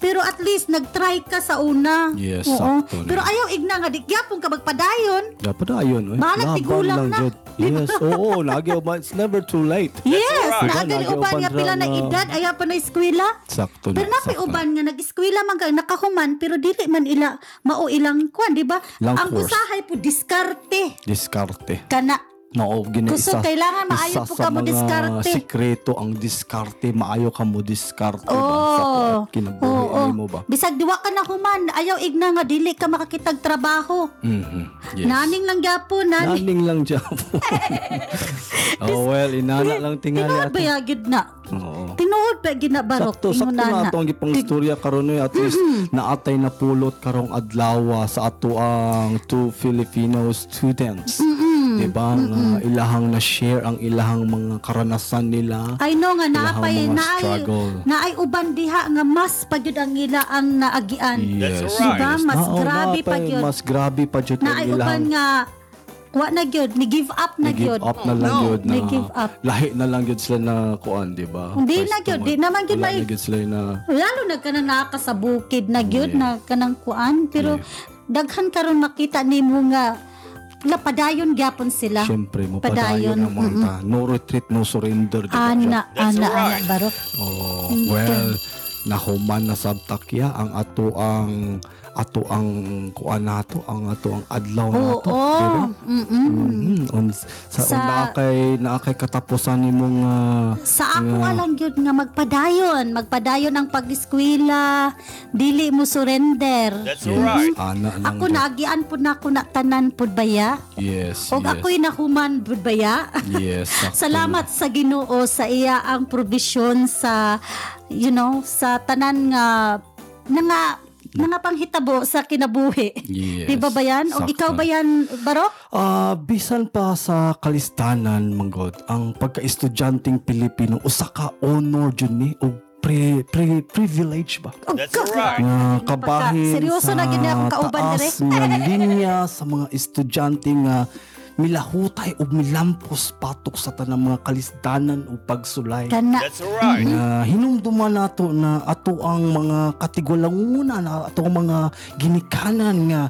Speaker 3: pero at least nagtry ka sa una
Speaker 2: Yes,
Speaker 3: oo
Speaker 2: sakto na.
Speaker 3: pero ayaw igna nga di gyapon ka magpadayon
Speaker 2: Dapat na yun. Eh.
Speaker 3: Bahala,
Speaker 2: Laban
Speaker 3: tigulang na.
Speaker 2: Jud. Yes, oo. lagi, oh, but it's never too late.
Speaker 3: yes
Speaker 6: right.
Speaker 3: naa gani
Speaker 2: Diba,
Speaker 3: uban nga
Speaker 2: nagyauban
Speaker 3: pila
Speaker 2: ra
Speaker 3: na
Speaker 2: na-
Speaker 3: edad aya pa na eskwela
Speaker 2: Sakto na.
Speaker 3: Pero napi
Speaker 2: sakto na.
Speaker 3: uban nga nag-eskwela man kag nakahuman pero dili man ila mao ilang kwan, di ba?
Speaker 2: Ilang
Speaker 3: Ang
Speaker 2: course.
Speaker 3: usahay po diskarte
Speaker 2: Diskarte.
Speaker 3: kana.
Speaker 2: No, gina
Speaker 3: Gusto
Speaker 2: isa-
Speaker 3: kailangan maayo
Speaker 2: isa
Speaker 3: po
Speaker 2: sa
Speaker 3: ka mo
Speaker 2: mga
Speaker 3: diskarte.
Speaker 2: Sikreto ang diskarte, maayo ka mo diskarte ba sa
Speaker 3: Oo.
Speaker 2: tuwag kinabuhi
Speaker 3: Oo.
Speaker 2: mo ba?
Speaker 3: Bisag diwa ka na human, ayaw igna nga dili ka makakitag trabaho.
Speaker 2: Mhm. Yes.
Speaker 3: Naning lang gyapon, naning.
Speaker 2: Naning lang dyan. oh well, inana lang tingali
Speaker 3: Tinuod ba
Speaker 2: ato.
Speaker 3: ya gid na?
Speaker 2: Oo.
Speaker 3: Tinuod ba gid Ano, na barok
Speaker 2: Sakto, sakto na ato ang gipang istorya karon eh. at least naatay na pulot karong adlaw sa ato ang two Filipino students. Diba? Nga ilahang na share ang ilahang mga karanasan nila.
Speaker 3: I know nga
Speaker 2: ilahang
Speaker 3: naapay
Speaker 2: mga
Speaker 3: naay
Speaker 2: struggle.
Speaker 3: naay uban diha nga mas pa gyud ang ila ang naagian.
Speaker 2: Yes.
Speaker 6: That's right.
Speaker 3: Diba? Mas
Speaker 2: Oo,
Speaker 3: grabe
Speaker 2: napay,
Speaker 3: pa gyud.
Speaker 2: Mas grabe pa yun.
Speaker 3: na ay uban nga wa na gyud ni give up na
Speaker 2: Nag-give
Speaker 3: gyud
Speaker 2: up na lang
Speaker 6: no.
Speaker 2: yun. Na,
Speaker 3: Nag-give up.
Speaker 2: Lahi na lang yun sila na kuan, di ba?
Speaker 3: Hindi
Speaker 2: First
Speaker 3: na gyud,
Speaker 2: tungod-
Speaker 3: di naman gyud
Speaker 2: Wala
Speaker 3: may-
Speaker 2: na gyud sila na...
Speaker 3: lalo na kanang nakakasabukid na gyud
Speaker 2: Yeah.
Speaker 3: na kanang kuan pero daghan karon makita nimo nga lapadayon gyapon sila
Speaker 2: Siyempre, mapadayon
Speaker 3: Padayon, Ano
Speaker 2: ang mga ta. No retreat, no surrender. diba? Di ba?
Speaker 3: ana
Speaker 6: That's
Speaker 3: ana ana
Speaker 6: right.
Speaker 3: baro
Speaker 2: Oh, well, nahuman na sabtakya ang ato ang ato ang kuan nato ang ato ang adlaw
Speaker 3: oo
Speaker 2: nato di
Speaker 6: diba?
Speaker 2: ba?
Speaker 3: mm
Speaker 6: Mm-hmm.
Speaker 2: Mhm. On, sa,
Speaker 3: Sa-
Speaker 2: sa kay naa kay katapusan nimong ah,
Speaker 3: sa ako alang gyud nga magpadayon magpadayon ang pag-eskwela dili mo surrender
Speaker 2: ah.
Speaker 6: That's right.
Speaker 2: Ana lang
Speaker 3: ako
Speaker 2: daw.
Speaker 3: naagian pud na ako na tanan pud baya
Speaker 2: Yes,
Speaker 3: og
Speaker 2: yes.
Speaker 3: ako'y nahuman pud baya
Speaker 2: yes, sakto.
Speaker 3: Salamat sa Ginoo sa iya ang provision sa you know sa tanan nga na nga na nga panghitabo sa kinabuhi.
Speaker 2: Yes.
Speaker 3: Di ba ba yan? O
Speaker 2: sakto.
Speaker 3: ikaw ba yan, Barok?
Speaker 2: Ah, bisan pa sa kalistanan, manggod, ang pagka-estudyanteng Pilipino, usa ka honor jud ni o pre, pre, privilege ba?
Speaker 3: O,
Speaker 6: That's
Speaker 3: ka-
Speaker 6: right.
Speaker 2: Nga
Speaker 3: Pagka-
Speaker 2: kabahin sa
Speaker 3: seryoso na gid akong kauban
Speaker 2: taas
Speaker 3: dire.
Speaker 2: nga linya sa mga estudyante nga milahutay o milampos patok sa tanang mga kalistanan o pagsulay.
Speaker 3: Kana.
Speaker 6: That's right.
Speaker 2: na hinumduman nato na ato ang mga katigulanguna na ato ang mga ginikanan nga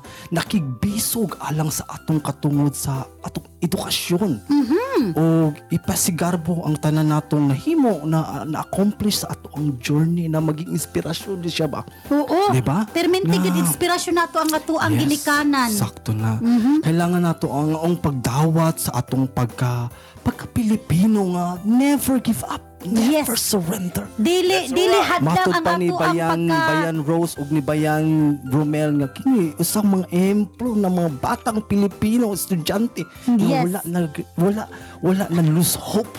Speaker 2: nakigbisog alang sa atong katungod sa atong edukasyon
Speaker 3: Mhm.
Speaker 2: o ipasigarbo ang tanan natong nahimo na na-accomplish sa ato ang journey na maging inspirasyon di siya ba
Speaker 3: Oo.
Speaker 2: di ba
Speaker 3: Permente
Speaker 2: Na-
Speaker 3: gid inspirasyon nato ang ato ang
Speaker 2: Yes,
Speaker 3: ginikanan.
Speaker 2: Sakto na.
Speaker 3: Mhm.
Speaker 2: Kailangan nato ang, ang pagdawat sa atong pagka pagka-Pilipino nga never give up,
Speaker 3: Yes.
Speaker 2: never surrender.
Speaker 3: Dili
Speaker 6: That's
Speaker 3: dili
Speaker 6: right.
Speaker 3: hadlang
Speaker 2: Matod
Speaker 3: ang
Speaker 2: pa ni
Speaker 3: ato ang
Speaker 2: Bayan,
Speaker 3: pagka
Speaker 2: Bayan Rose ug ni Bayan Romel nga kini usang mga emplo ng mga batang Pilipino estudyante nga
Speaker 3: Mm-hmm. Yes.
Speaker 2: wala na wala wala na lose hope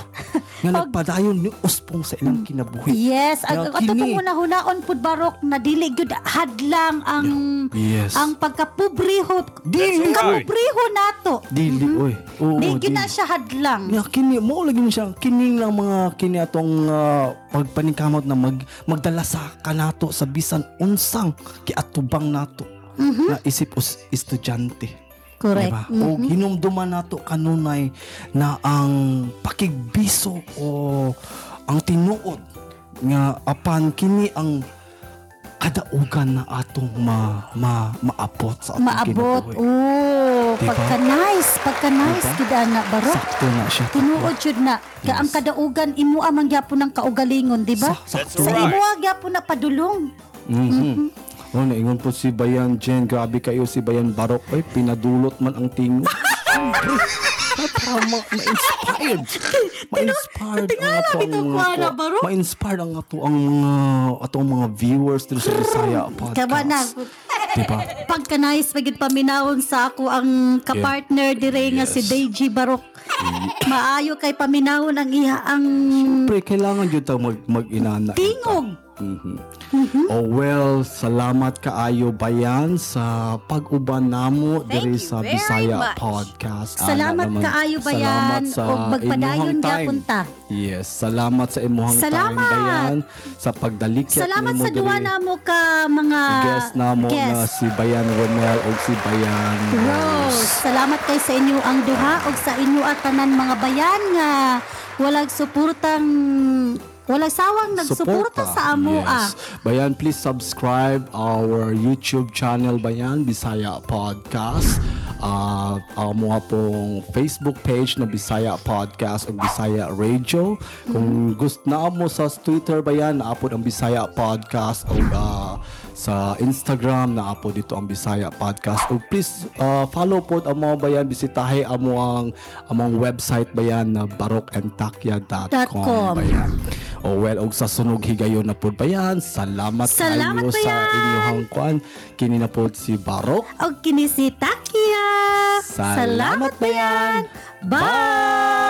Speaker 2: nga nagpadayon ni uspong sa ilang kinabuhi.
Speaker 3: Yes,
Speaker 2: Nga
Speaker 3: ang ato
Speaker 2: kini.
Speaker 3: pong hunahunaon pud Barok na dili gud hadlang ang
Speaker 2: Yes.
Speaker 3: ang pagkapubriho dili
Speaker 6: right.
Speaker 3: kapubriho nato.
Speaker 2: dili oy. Oo,
Speaker 3: Di
Speaker 2: dili.
Speaker 3: na siya hadlang.
Speaker 2: Mm. Nga kini mo lagi mo siya kining lang mga kini at atong ah, pagpaningkamot na mag magdala sa kanato sa bisan unsang kiatubang nato
Speaker 3: Mhm.
Speaker 2: na isip us estudyante.
Speaker 3: Correct.
Speaker 2: Diba?
Speaker 3: Mhm.
Speaker 2: O hinumduman nato kanunay na ang pakigbiso o ang tinuod nga apan kini ang kadaugan na atong ma, ma maabot sa atong
Speaker 3: Maabot.
Speaker 2: kinabuhi.
Speaker 3: Oh,
Speaker 2: Diba?
Speaker 3: pagka nice, pagka nice
Speaker 2: Diba?
Speaker 3: gid ana baro.
Speaker 2: Sakto na siya.
Speaker 3: Tinuod jud na ka
Speaker 2: Yes.
Speaker 3: ang kadaugan imo amang gyapon ng kaugalingon, di ba?
Speaker 2: Sa- sakto.
Speaker 3: Sa
Speaker 6: Right.
Speaker 3: imo gyapon na padulong.
Speaker 2: Mhm. Oh, naingon po si Bayan Jen. Grabe kayo si Bayan Barok. Ay, pinadulot man ang tingo. Tama, ma-inspired. Ma-inspired ang ato ang
Speaker 3: bitaw
Speaker 2: mga
Speaker 3: kuha na,
Speaker 2: to-
Speaker 3: Barok.
Speaker 2: Ma-inspired ang ato ang mga ato ang mga viewers dito sa Bisaya podcast.
Speaker 3: Kawa na.
Speaker 2: Diba?
Speaker 3: Pagka nice magid paminawon sa ako ang kapartner dire nga
Speaker 2: Yes. Mm.
Speaker 3: si Deji Barok. Maayo kay paminawon ang iha ang
Speaker 2: Pre, kailangan yun tayo mag, mag-inana.
Speaker 3: tingog.
Speaker 2: Mhm.
Speaker 3: Mm-hmm.
Speaker 2: Oh well, salamat kaayo bayan sa pag-uban namo diri sa Bisaya Podcast. Ana
Speaker 3: Salamat
Speaker 2: naman.
Speaker 3: kaayo bayan
Speaker 2: Salamat sa
Speaker 3: og magpadayon
Speaker 2: imuhang time.
Speaker 3: gyapon ta.
Speaker 2: Yes, salamat sa imuhang
Speaker 3: Salamat.
Speaker 2: time bayan sa pagdalikya
Speaker 3: Salamat
Speaker 2: nimo
Speaker 3: sa duwa
Speaker 2: diri.
Speaker 3: namo ka mga
Speaker 2: guest namo na
Speaker 3: guest.
Speaker 2: si Bayan Romel o si Bayan
Speaker 3: Rose, salamat kay sa inyo ang duha og sa inyo at tanan mga bayan nga walag suportang walag sawang
Speaker 2: Suporta.
Speaker 3: nagsuporta sa amo ah.
Speaker 2: Yes. Bayan, please subscribe our YouTube channel Bayan Bisaya Podcast. Uh, ang mga pong Facebook page na Bisaya Podcast o Bisaya Radio. Kung gusto na mo sa Twitter Bayan, naapod ang Bisaya Podcast o ah, sa Instagram na apo dito ang Bisaya Podcast. O please ah, follow po ang mga bayan bisitahe ang among among website bayan na barokandtakya.com
Speaker 3: .com.
Speaker 2: bayan. O Oh, well, og sa sunog higayon na pod bayan. Salamat,
Speaker 3: Salamat
Speaker 2: kayo sa
Speaker 3: bayan.
Speaker 2: inyong kwan. Kini na pod si Barok.
Speaker 3: Og kini si Takia.
Speaker 2: Salamat, bayan.
Speaker 3: Bye.